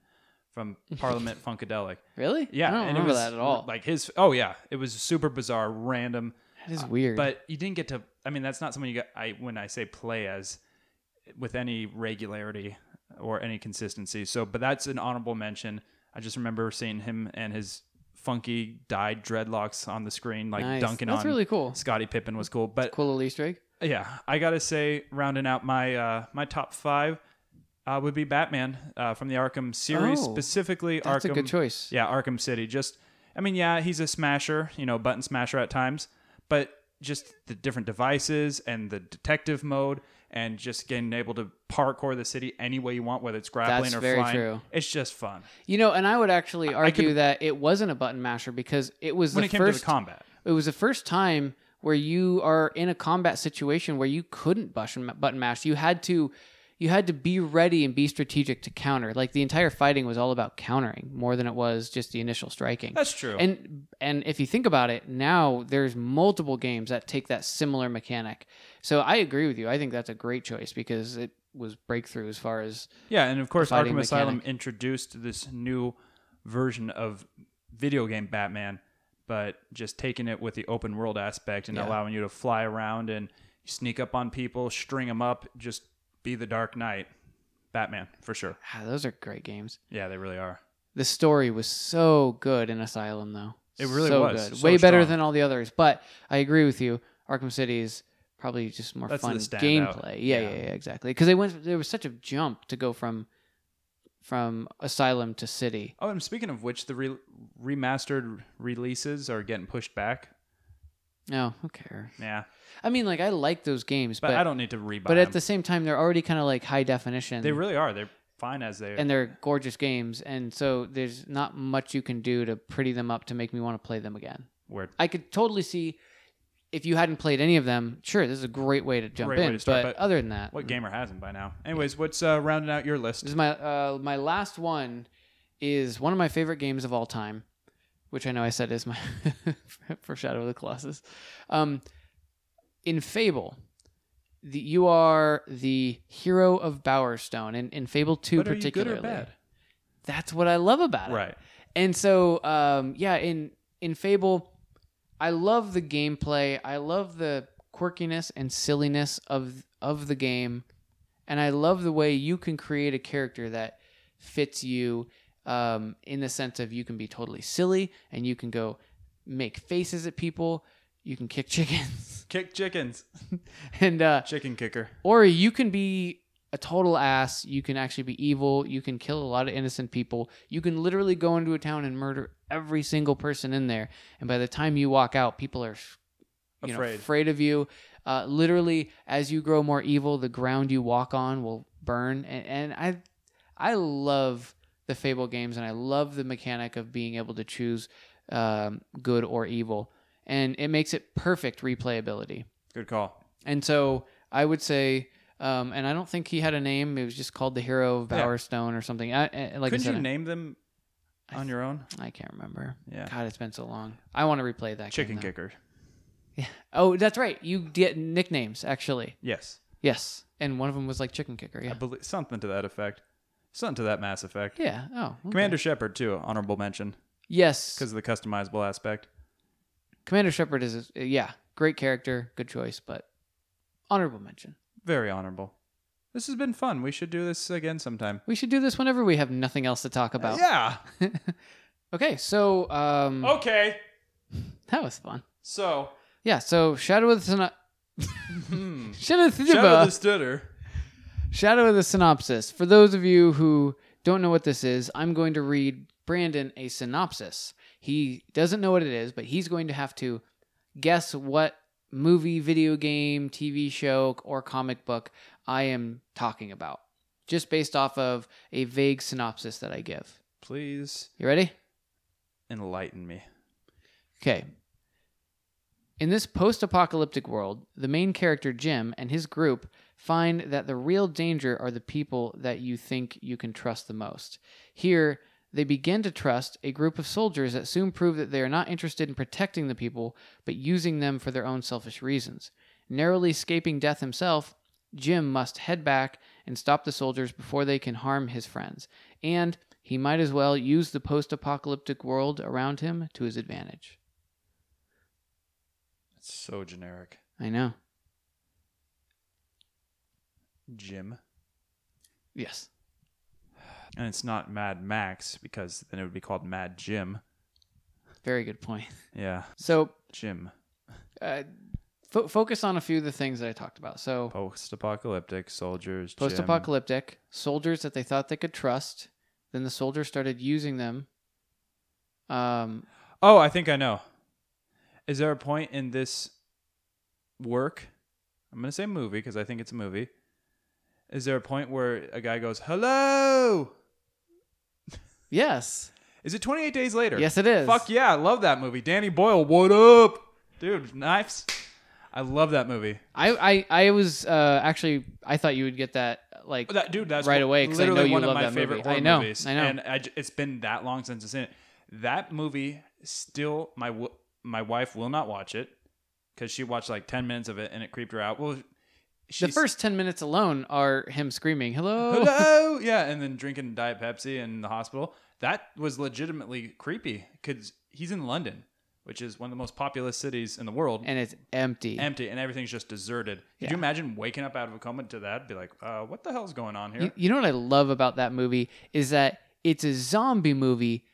Speaker 2: from Parliament Funkadelic.
Speaker 1: Really?
Speaker 2: Yeah,
Speaker 1: I don't
Speaker 2: and it
Speaker 1: remember
Speaker 2: was
Speaker 1: that at all.
Speaker 2: Like his, oh yeah, it was super bizarre, random.
Speaker 1: that is weird.
Speaker 2: But you didn't get to. I mean, that's not someone you got. I when I say play as, with any regularity or any consistency. So, but that's an honorable mention. I just remember seeing him and his funky dyed dreadlocks on the screen, like
Speaker 1: Nice.
Speaker 2: dunking
Speaker 1: That's
Speaker 2: on.
Speaker 1: really cool.
Speaker 2: Scottie Pippen was cool, but
Speaker 1: cool little Easter egg.
Speaker 2: yeah, I gotta say, rounding out my uh, my top five uh, would be Batman uh, from the Arkham series,
Speaker 1: Oh,
Speaker 2: specifically
Speaker 1: that's a
Speaker 2: Arkham.
Speaker 1: good choice.
Speaker 2: Yeah, Arkham City. Just, I mean, yeah, he's a smasher, you know, button smasher at times, but just the different devices and the detective mode, and just getting able to parkour the city any way you want, whether it's grappling
Speaker 1: That's
Speaker 2: or
Speaker 1: very
Speaker 2: flying.
Speaker 1: true.
Speaker 2: It's just fun
Speaker 1: You know, and I would actually argue
Speaker 2: could-
Speaker 1: that it wasn't a button masher because it was
Speaker 2: when
Speaker 1: the
Speaker 2: it came
Speaker 1: first
Speaker 2: to the combat.
Speaker 1: it was the first time where you are in a combat situation where you couldn't button button mash. You had to you had to be ready and be strategic to counter. Like the entire fighting was all about countering more than it was just the initial striking.
Speaker 2: That's true.
Speaker 1: And and if you think about it, now there's multiple games that take that similar mechanic. So I agree with you. I think that's a great choice because it was breakthrough as far as
Speaker 2: Yeah, and of course, Arkham
Speaker 1: fighting
Speaker 2: Asylum
Speaker 1: mechanic.
Speaker 2: introduced this new version of video game Batman, but just taking it with the open world aspect and
Speaker 1: Yeah.
Speaker 2: allowing you to fly around and sneak up on people, string them up, just be the Dark Knight. Batman, for sure.
Speaker 1: ah, those are great games.
Speaker 2: Yeah, they really are.
Speaker 1: The story was so good in Asylum, though.
Speaker 2: It really
Speaker 1: so
Speaker 2: was.
Speaker 1: Good.
Speaker 2: So
Speaker 1: Way better
Speaker 2: strong.
Speaker 1: than all the others. But I agree with you. Arkham City is probably just more
Speaker 2: That's the
Speaker 1: fun
Speaker 2: standout.
Speaker 1: gameplay. Yeah, yeah,
Speaker 2: Yeah.
Speaker 1: yeah, exactly. Because they went. There was such a jump to go from from Asylum to City.
Speaker 2: Oh, and speaking of which, the re- remastered releases are getting pushed back.
Speaker 1: No, who cares?
Speaker 2: Yeah,
Speaker 1: I mean, like I like those games,
Speaker 2: but,
Speaker 1: but
Speaker 2: I don't need to rebuy
Speaker 1: but at the
Speaker 2: them.
Speaker 1: same time, they're already kind of like high definition.
Speaker 2: they really are. They're fine as they are.
Speaker 1: and they're gorgeous games, and so there's not much you can do to pretty them up to make me want to play them again.
Speaker 2: Weird.
Speaker 1: I could totally see if you hadn't played any of them. Sure, this is a great way to jump
Speaker 2: Great way
Speaker 1: in.
Speaker 2: to start,
Speaker 1: but,
Speaker 2: but
Speaker 1: other than that,
Speaker 2: What gamer hasn't by now? Anyways, what's uh, rounding out your list?
Speaker 1: This is my uh, my last one. Is one of my favorite games of all time, which I know I said is my for Shadow of the Colossus. Um, in Fable, the, you are the hero of Bowerstone, and in Fable Two
Speaker 2: But are you good or
Speaker 1: particularly.
Speaker 2: bad?
Speaker 1: That's what I love about it.
Speaker 2: Right.
Speaker 1: And so, um, yeah, in in Fable, I love the gameplay. I love the quirkiness and silliness of of the game, and I love the way you can create a character that fits you um, in the sense of you can be totally silly and you can go make faces at people. You can kick chickens,
Speaker 2: Kick chickens.
Speaker 1: and uh,
Speaker 2: Chicken kicker.
Speaker 1: or you can be a total ass you can actually be evil you can kill a lot of innocent people you can literally go into a town and murder every single person in there and by the time you walk out people are you know,
Speaker 2: Afraid.
Speaker 1: afraid of you uh, literally as you grow more evil the ground you walk on will burn and, and i i love the fable games and i love the mechanic of being able to choose um, good or evil and it makes it perfect replayability
Speaker 2: Good call.
Speaker 1: and so I would say, um, and I don't think he had a name. It was just called the Hero of
Speaker 2: Yeah.
Speaker 1: Bowerstone or something. I, I- like
Speaker 2: Couldn't
Speaker 1: I said,
Speaker 2: you name them
Speaker 1: I
Speaker 2: on your own?
Speaker 1: I can't remember.
Speaker 2: Yeah.
Speaker 1: God, it's been so long. I want to replay that.
Speaker 2: Chicken
Speaker 1: game, though.
Speaker 2: kicker.
Speaker 1: Oh, that's right. You get nicknames actually.
Speaker 2: Yes.
Speaker 1: Yes, and one of them was like Chicken Kicker. Yeah.
Speaker 2: I believe something to that effect. Something to that Mass Effect.
Speaker 1: yeah. Oh. okay.
Speaker 2: Commander Shepard too, honorable mention
Speaker 1: Yes.
Speaker 2: because of the customizable aspect.
Speaker 1: Commander Shepard is a, yeah, great character, good choice, but honorable mention.
Speaker 2: Very honorable. This has been fun. We should do this again sometime.
Speaker 1: We should do this whenever we have nothing else to talk about.
Speaker 2: Yeah. Oh.
Speaker 1: Okay, so um,
Speaker 2: Okay.
Speaker 1: that was fun.
Speaker 2: So.
Speaker 1: Yeah, so Shadow of the Syn-
Speaker 2: Hmm.
Speaker 1: Shadow of the,
Speaker 2: Shout out to Stutter.
Speaker 1: Shadow of the Synopsis. For those of you who don't know what this is, I'm going to read Brandon a synopsis. He doesn't know what it is, but he's going to have to guess what movie, video game, TV show, or comic book I am talking about, just based off of a vague synopsis that I give.
Speaker 2: Please
Speaker 1: You ready?
Speaker 2: enlighten me.
Speaker 1: Okay. In this post apocalyptic world, the main character Jim and his group find that the real danger are the people that you think you can trust the most. Here, They begin to trust a group of soldiers that soon prove that they are not interested in protecting the people, but using them for their own selfish reasons. Narrowly escaping death himself, Jim must head back and stop the soldiers before they can harm his friends, and he might as well use the post apocalyptic world around him to his advantage.
Speaker 2: It's so generic.
Speaker 1: I know.
Speaker 2: Jim.
Speaker 1: Yes.
Speaker 2: And it's not Mad Max because then it would be called Mad Jim.
Speaker 1: Very good point.
Speaker 2: Yeah,
Speaker 1: So,
Speaker 2: Jim.
Speaker 1: uh, fo- focus on a few of the things that I talked about. So,
Speaker 2: Post-apocalyptic soldiers. Jim.
Speaker 1: post-apocalyptic soldiers that they thought they could trust then the soldiers started using them um
Speaker 2: Oh, I think I know. Is there a point in this work? I'm going to say movie because I think it's a movie. Is there a point where a guy goes, hello?
Speaker 1: yes
Speaker 2: Is it 28 Days Later?
Speaker 1: yes it is
Speaker 2: Fuck yeah, I love that movie. Danny Boyle, what up? Dude, knives. I love that movie.
Speaker 1: i i, I was uh actually i thought you would get that like
Speaker 2: That dude, that's
Speaker 1: Right
Speaker 2: one-
Speaker 1: away, 'cause I
Speaker 2: literally
Speaker 1: know you
Speaker 2: one
Speaker 1: love
Speaker 2: of my
Speaker 1: that movie.
Speaker 2: favorite
Speaker 1: I
Speaker 2: horror
Speaker 1: know,
Speaker 2: movies.
Speaker 1: I know.
Speaker 2: And I j- it's been that long since I've seen it. That movie still my w- my wife will not watch it because she watched like ten minutes of it and it creeped her out. Well,
Speaker 1: the
Speaker 2: she's,
Speaker 1: first 10 minutes alone are him screaming hello,
Speaker 2: hello, yeah, and then drinking Diet Pepsi in the hospital. That was legitimately creepy because he's in London, which is one of the most populous cities in the world.
Speaker 1: and it's empty
Speaker 2: empty and everything's just deserted. Could
Speaker 1: Yeah.
Speaker 2: you imagine waking up out of a coma to that? Be like, uh, what the hell's going on here?
Speaker 1: you, you know what i love about that movie is that it's a zombie movie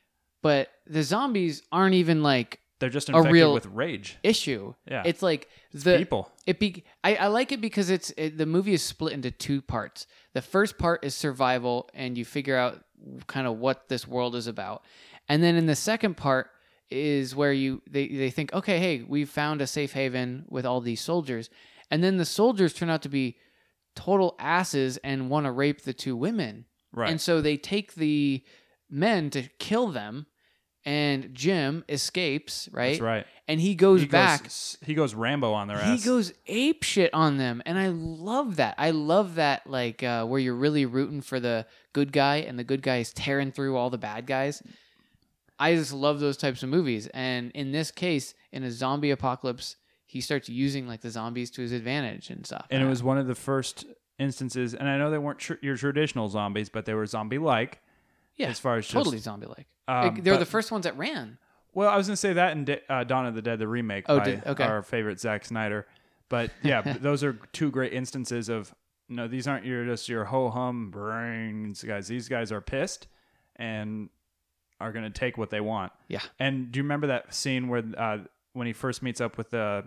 Speaker 1: but the zombies aren't even like
Speaker 2: They're just infected
Speaker 1: real-
Speaker 2: with rage.
Speaker 1: issue
Speaker 2: Yeah.
Speaker 1: it's like the
Speaker 2: People.
Speaker 1: It be I, I like it because it's it, the movie is split into two parts. The first part is survival, and you figure out kind of what this world is about, and then in the second part is where you they they think, okay, hey, we've found a safe haven with all these soldiers, and then the soldiers turn out to be total asses and want to rape the two women,
Speaker 2: Right.
Speaker 1: and so they take the men to kill them, and Jim escapes, right?
Speaker 2: That's right.
Speaker 1: And he goes
Speaker 2: He
Speaker 1: back.
Speaker 2: Goes, he goes Rambo on their
Speaker 1: He
Speaker 2: ass.
Speaker 1: goes ape shit on them, and I love that. I love that, like uh, where you're really rooting for the good guy, and the good guy is tearing through all the bad guys. I just love those types of movies, and in this case, in a zombie apocalypse, he starts using like the zombies to his advantage and stuff. Uh,
Speaker 2: and it was one of the first instances. And I know they weren't tr- your traditional zombies, but they were zombie like.
Speaker 1: yeah,
Speaker 2: as far as just-
Speaker 1: totally zombie like.
Speaker 2: Um,
Speaker 1: they were the
Speaker 2: but-
Speaker 1: first ones that ran.
Speaker 2: Well, I was gonna say that in Da- uh, Dawn of the Dead, the remake
Speaker 1: Oh,
Speaker 2: by
Speaker 1: did- okay.
Speaker 2: our favorite Zack Snyder. But yeah, but those are two great instances of no, these aren't your just your ho hum brains guys. These guys are pissed and are gonna take what they want.
Speaker 1: Yeah.
Speaker 2: And do you remember that scene where uh, when he first meets up with the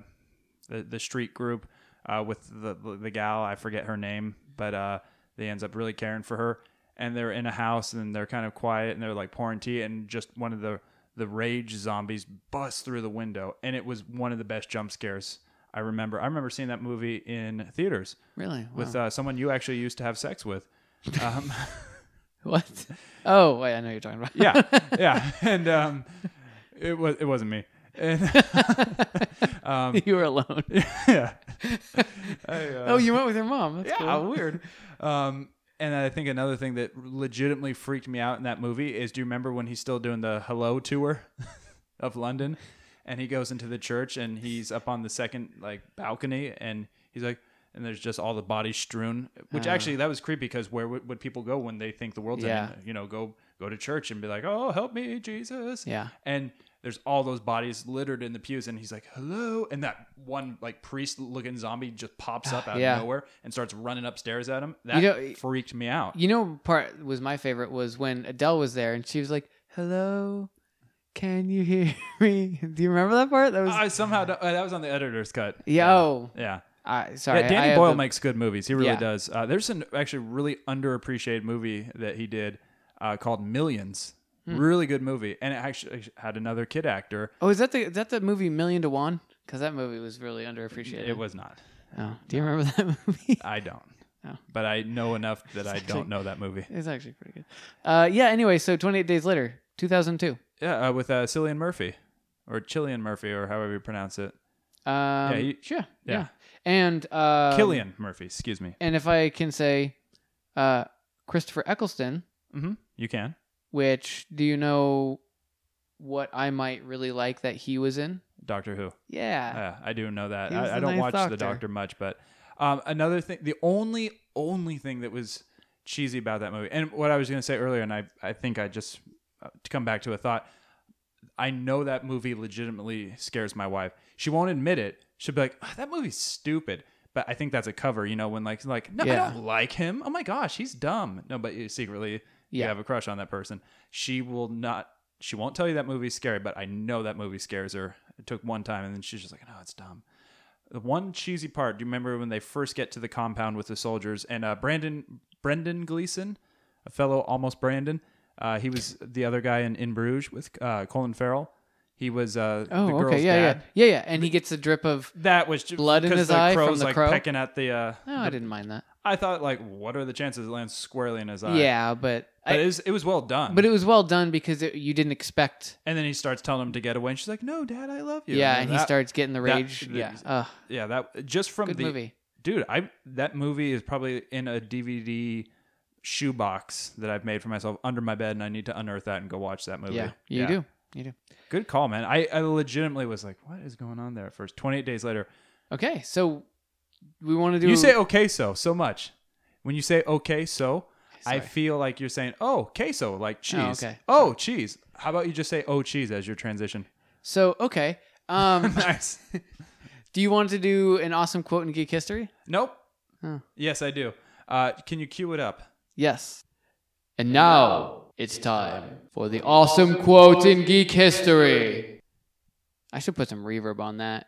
Speaker 2: the, the street group uh, with the the gal I forget her name, but uh, they ends up really caring for her. And they're in a house and they're kind of quiet and they're like pouring tea and just one of the the rage zombies busts through the window and it was one of the best jump scares I remember. I remember seeing that movie in theaters
Speaker 1: Really? Wow.
Speaker 2: with uh, someone you actually used to have sex with. Um,
Speaker 1: what? Oh wait, I know what you're talking about.
Speaker 2: yeah, yeah, and um, it was it wasn't me. And, um,
Speaker 1: you were alone.
Speaker 2: yeah. I, uh,
Speaker 1: oh, you went with your mom. That's
Speaker 2: yeah,
Speaker 1: cool.
Speaker 2: weird. Um, and I think another thing that legitimately freaked me out in that movie is do you remember when he's still doing the hello tour of London and he goes into the church and he's up on the second like balcony and he's like and there's just all the bodies strewn
Speaker 1: Uh.
Speaker 2: which actually that was creepy because where would, would people go when they think the world's
Speaker 1: Yeah.
Speaker 2: ending you know go go to church and be like oh help me Jesus
Speaker 1: Yeah.
Speaker 2: and there's all those bodies littered in the pews and he's like hello and that one like priest looking zombie just pops up out
Speaker 1: Yeah.
Speaker 2: of nowhere and starts running upstairs at him that
Speaker 1: know-
Speaker 2: freaked me out
Speaker 1: You know, part was my favorite was when Adele was there and she was like, "Hello, can you hear me?" Do you remember that part? That was
Speaker 2: i somehow don't- uh, that was on the editor's cut
Speaker 1: yo.
Speaker 2: yeah
Speaker 1: I, sorry, oh.
Speaker 2: yeah,
Speaker 1: I
Speaker 2: Danny
Speaker 1: have
Speaker 2: Boyle
Speaker 1: the-
Speaker 2: makes good movies. He really
Speaker 1: Yeah.
Speaker 2: does. Uh, there's an actually really underappreciated movie that he did uh, called Millions.
Speaker 1: Hmm.
Speaker 2: Really good movie, and it actually had another kid actor.
Speaker 1: Oh, is that the is that the movie Million to One? Because that movie was really underappreciated.
Speaker 2: It was not.
Speaker 1: Oh, do you remember that movie?
Speaker 2: I don't,
Speaker 1: Oh.
Speaker 2: but I know enough that I don't know that movie.
Speaker 1: it's actually pretty good. Uh, yeah. Anyway, so 28 days later, 2002.
Speaker 2: Yeah, uh, with uh, Cillian Murphy, or Cillian Murphy, or however you pronounce it.
Speaker 1: Um, yeah,
Speaker 2: you-
Speaker 1: sure. Yeah.
Speaker 2: yeah.
Speaker 1: And uh,
Speaker 2: Killian Murphy, excuse me.
Speaker 1: And if I can say, uh, Christopher Eccleston
Speaker 2: hmm You can.
Speaker 1: which do you know what I might really like that he was in?
Speaker 2: Doctor Who.
Speaker 1: Yeah.
Speaker 2: Yeah, I do know that.
Speaker 1: He was
Speaker 2: I, I
Speaker 1: the
Speaker 2: don't
Speaker 1: ninth
Speaker 2: watch
Speaker 1: Doctor.
Speaker 2: the Doctor much, but um, another thing, the only only thing that was cheesy about that movie, and what I was going to say earlier, and I I think I just uh, to come back to a thought. I know that movie legitimately scares my wife. She won't admit it. She'll be like, "Ah, "That movie's stupid." But I think that's a cover, you know, when like like no, I
Speaker 1: Yeah.
Speaker 2: don't like him. Oh my gosh, he's dumb. No, but you secretly you
Speaker 1: Yeah.
Speaker 2: have a crush on that person. She will not. She won't tell you that movie's scary, but I know that movie scares her. It took one time, and then she's just like, "No, it's dumb." The one cheesy part. Do you remember when they first get to the compound with the soldiers and uh, Brandon Brendan Gleason, a fellow almost Brandon? Uh, he was the other guy in In Bruges with uh, Colin Farrell. He was uh,
Speaker 1: Oh,
Speaker 2: the girl's
Speaker 1: okay. Yeah,
Speaker 2: dad.
Speaker 1: yeah, yeah, yeah. And he gets a drip of.
Speaker 2: That was just
Speaker 1: Blood in
Speaker 2: 'cause
Speaker 1: his
Speaker 2: the
Speaker 1: eye from
Speaker 2: crow's
Speaker 1: the
Speaker 2: like
Speaker 1: crow?
Speaker 2: pecking at the. Uh,
Speaker 1: No, I didn't mind that.
Speaker 2: I thought like, what are the chances it lands squarely in his eye?
Speaker 1: yeah, but
Speaker 2: but it
Speaker 1: I,
Speaker 2: was it was well done.
Speaker 1: but it was well done because it, you didn't expect.
Speaker 2: and then he starts telling him to get away, and she's like, "No, Dad, I love you."
Speaker 1: Yeah, and he
Speaker 2: that-
Speaker 1: starts getting the
Speaker 2: that-
Speaker 1: rage. yeah, Ugh,
Speaker 2: Yeah, that just from
Speaker 1: good
Speaker 2: the
Speaker 1: movie.
Speaker 2: dude. I that movie is probably in a DVD shoebox that I've made for myself under my bed, and I need to unearth that and go watch that movie.
Speaker 1: Yeah, you do, you do.
Speaker 2: Good call, man. I, I legitimately was like, "What is going on there?" At first, twenty eight days later,
Speaker 1: Okay, so we want to do.
Speaker 2: you say okay so so much when you say okay so i
Speaker 1: Sorry.
Speaker 2: feel like you're saying oh queso like cheese oh,
Speaker 1: okay.
Speaker 2: cheese how about you just say oh cheese as your transition
Speaker 1: so okay. Um,
Speaker 2: nice
Speaker 1: do you want to do an awesome quote in geek history?
Speaker 2: nope
Speaker 1: Huh.
Speaker 2: yes i do uh, can you cue it up
Speaker 1: Yes. And now it's time for the awesome quote in geek history. I should put some reverb on that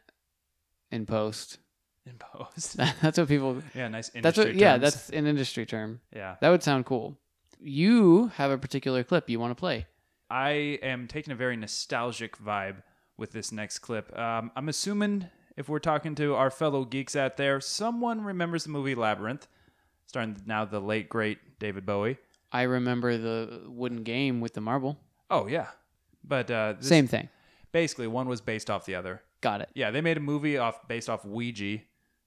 Speaker 1: in post.
Speaker 2: in post
Speaker 1: That's what people.
Speaker 2: yeah nice industry
Speaker 1: That's what. Yeah,
Speaker 2: terms.
Speaker 1: that's an industry term.
Speaker 2: yeah
Speaker 1: That would sound cool. You have a particular clip you want to play.
Speaker 2: i am taking a very nostalgic vibe with this next clip um, i'm assuming if we're talking to our fellow geeks out there someone remembers the movie labyrinth starring now the late great david bowie
Speaker 1: I remember the wooden game with the marble.
Speaker 2: Oh yeah, but uh, this-
Speaker 1: Same thing.
Speaker 2: Basically, one was based off the other.
Speaker 1: Got it.
Speaker 2: Yeah, they made a movie off based off Ouija.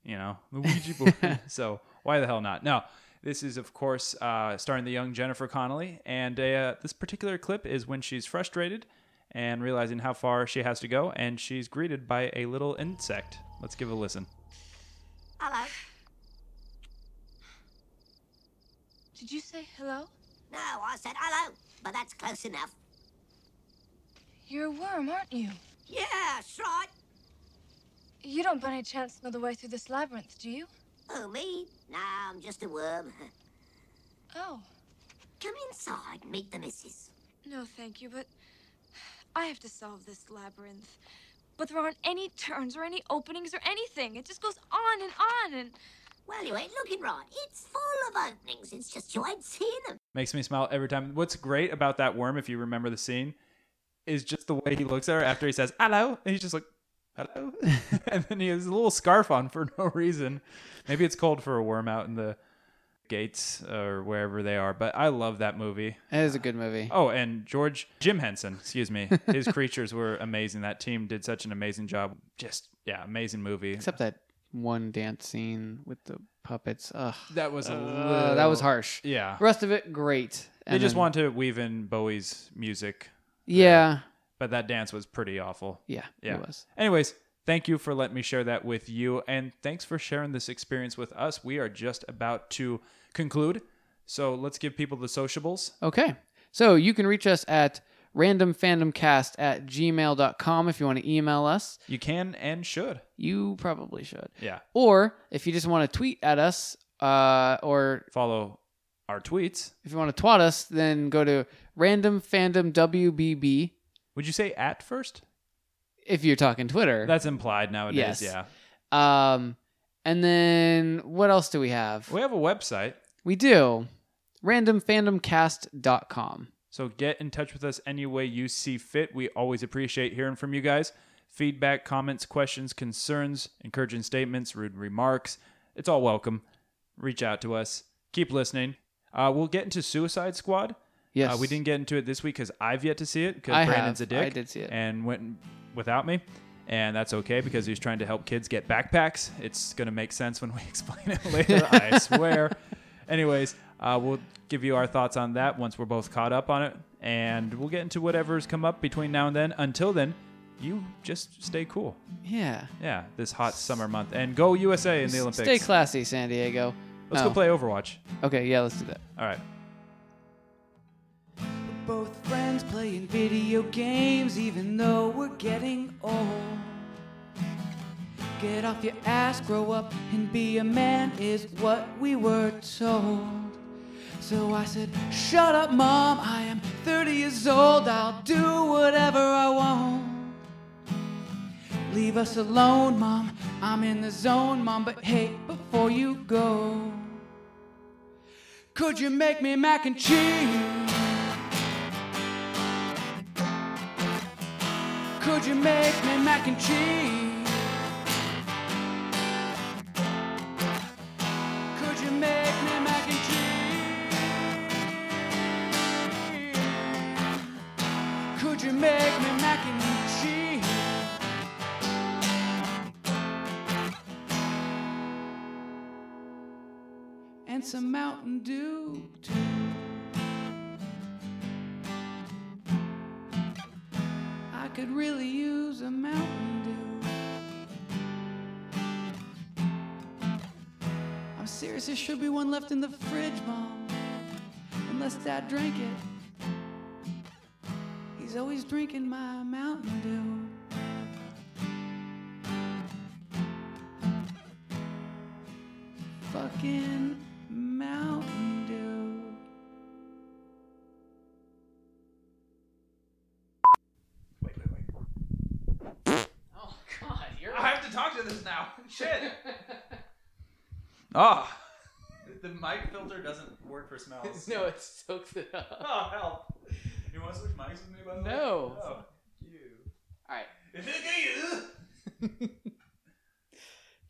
Speaker 2: You know, the Ouija board. so why the hell not? No, this is of course uh, starring the young Jennifer Connelly, and uh, this particular clip is when she's frustrated and realizing how far she has to go, and she's greeted by a little insect. Let's give it a listen.
Speaker 3: Hello.
Speaker 4: Did you say hello?
Speaker 3: No, I said hello, but that's close enough.
Speaker 4: You're a worm, aren't you?
Speaker 3: Yeah, that's right.
Speaker 4: You don't by any chance know the way through this labyrinth, do you?
Speaker 3: Oh, me? No, I'm just a worm.
Speaker 4: Oh,
Speaker 3: Come inside, meet the missus.
Speaker 4: no, thank you, but I have to solve this labyrinth. But there aren't any turns or any openings or anything. It just goes on and on and.
Speaker 3: Well, you ain't looking right. It's full of openings. It's just you ain't seen 'em.
Speaker 2: Makes me smile every time. What's great about that worm, if you remember the scene, is just the way he looks at her after he says "hello," and he's just like "hello," and then he has a little scarf on for no reason. Maybe it's cold for a worm out in the gates or wherever they are. But I love that movie.
Speaker 1: That is a good movie.
Speaker 2: Oh, and George Jim Henson, excuse me, his creatures were amazing. That team did such an amazing job. Just yeah, amazing movie.
Speaker 1: Except that one dance scene with the puppets. Ugh.
Speaker 2: that was a
Speaker 1: Uh, that was
Speaker 2: little-
Speaker 1: harsh.
Speaker 2: Yeah,
Speaker 1: Rest of it, great.
Speaker 2: they
Speaker 1: And
Speaker 2: just
Speaker 1: then-
Speaker 2: want to weave in Bowie's music,
Speaker 1: Yeah,
Speaker 2: but that dance was pretty awful.
Speaker 1: yeah,
Speaker 2: Yeah.
Speaker 1: It was.
Speaker 2: Anyways, thank you for letting me share that with you. And thanks for sharing this experience with us. We are just about to conclude. So let's give people the sociables.
Speaker 1: Okay. So you can reach us at randomfandomcast at gmail.com if you want to email us.
Speaker 2: You can and should.
Speaker 1: You probably should.
Speaker 2: Yeah.
Speaker 1: Or if you just want to tweet at us, uh, or
Speaker 2: Follow our tweets.
Speaker 1: if you want to twat us, then go to randomfandomwbb
Speaker 2: Would you say at first?
Speaker 1: if you're talking Twitter.
Speaker 2: That's implied nowadays.
Speaker 1: Yes.
Speaker 2: Yeah.
Speaker 1: um, and then what else do we have?
Speaker 2: We have a website.
Speaker 1: We do randomfandomcast.com.
Speaker 2: So get in touch with us any way you see fit. We always appreciate hearing from you guys. Feedback, comments, questions, concerns, encouraging statements, rude remarks. It's all welcome. Reach out to us. Keep listening. Uh, we'll get into Suicide Squad.
Speaker 1: Yes.
Speaker 2: Uh, we didn't get into it this week because I've yet to see it because
Speaker 1: I
Speaker 2: Brandon's
Speaker 1: have.
Speaker 2: a dick.
Speaker 1: I did see it.
Speaker 2: And went without me. And that's okay because he's trying to help kids get backpacks. It's going to make sense when we explain it later, I swear. Anyways, Uh, we'll give you our thoughts on that once we're both caught up on it, and we'll get into whatever's come up between now and then. Until then, you just stay cool.
Speaker 1: Yeah.
Speaker 2: Yeah, this hot summer month, and go USA in the Olympics.
Speaker 1: Stay classy, San Diego.
Speaker 2: Let's
Speaker 1: Oh.
Speaker 2: go play Overwatch.
Speaker 1: Okay, yeah, let's do that.
Speaker 2: All right.
Speaker 1: Both friends playing video games, even though we're getting old. Get off your ass, grow up, and be a man is what we were told. So I said, Shut up, mom, I am 30 years old, I'll do whatever I want. Leave us alone, mom, I'm in the zone, mom, but hey, before you go, could you make me mac and cheese? Could you make me mac and cheese? Could you make me mac and cheese? Could you make me mac and cheese? And some Mountain Dew too. I could really use a Mountain Dew. I'm serious, there should be one left in the fridge, Mom. Unless Dad drank it. He's always drinking my Mountain Dew. Fucking Mountain Dew.
Speaker 2: Wait, wait, wait.
Speaker 1: Oh, God, you're.
Speaker 2: I have to talk to this now. Shit. Ah. The mic filter doesn't work for smells.
Speaker 1: No, it soaks it up.
Speaker 2: Oh, help. You want to Oh, switch mics with me, by the way?
Speaker 1: No.
Speaker 2: Oh, you.
Speaker 1: All right.
Speaker 2: If it-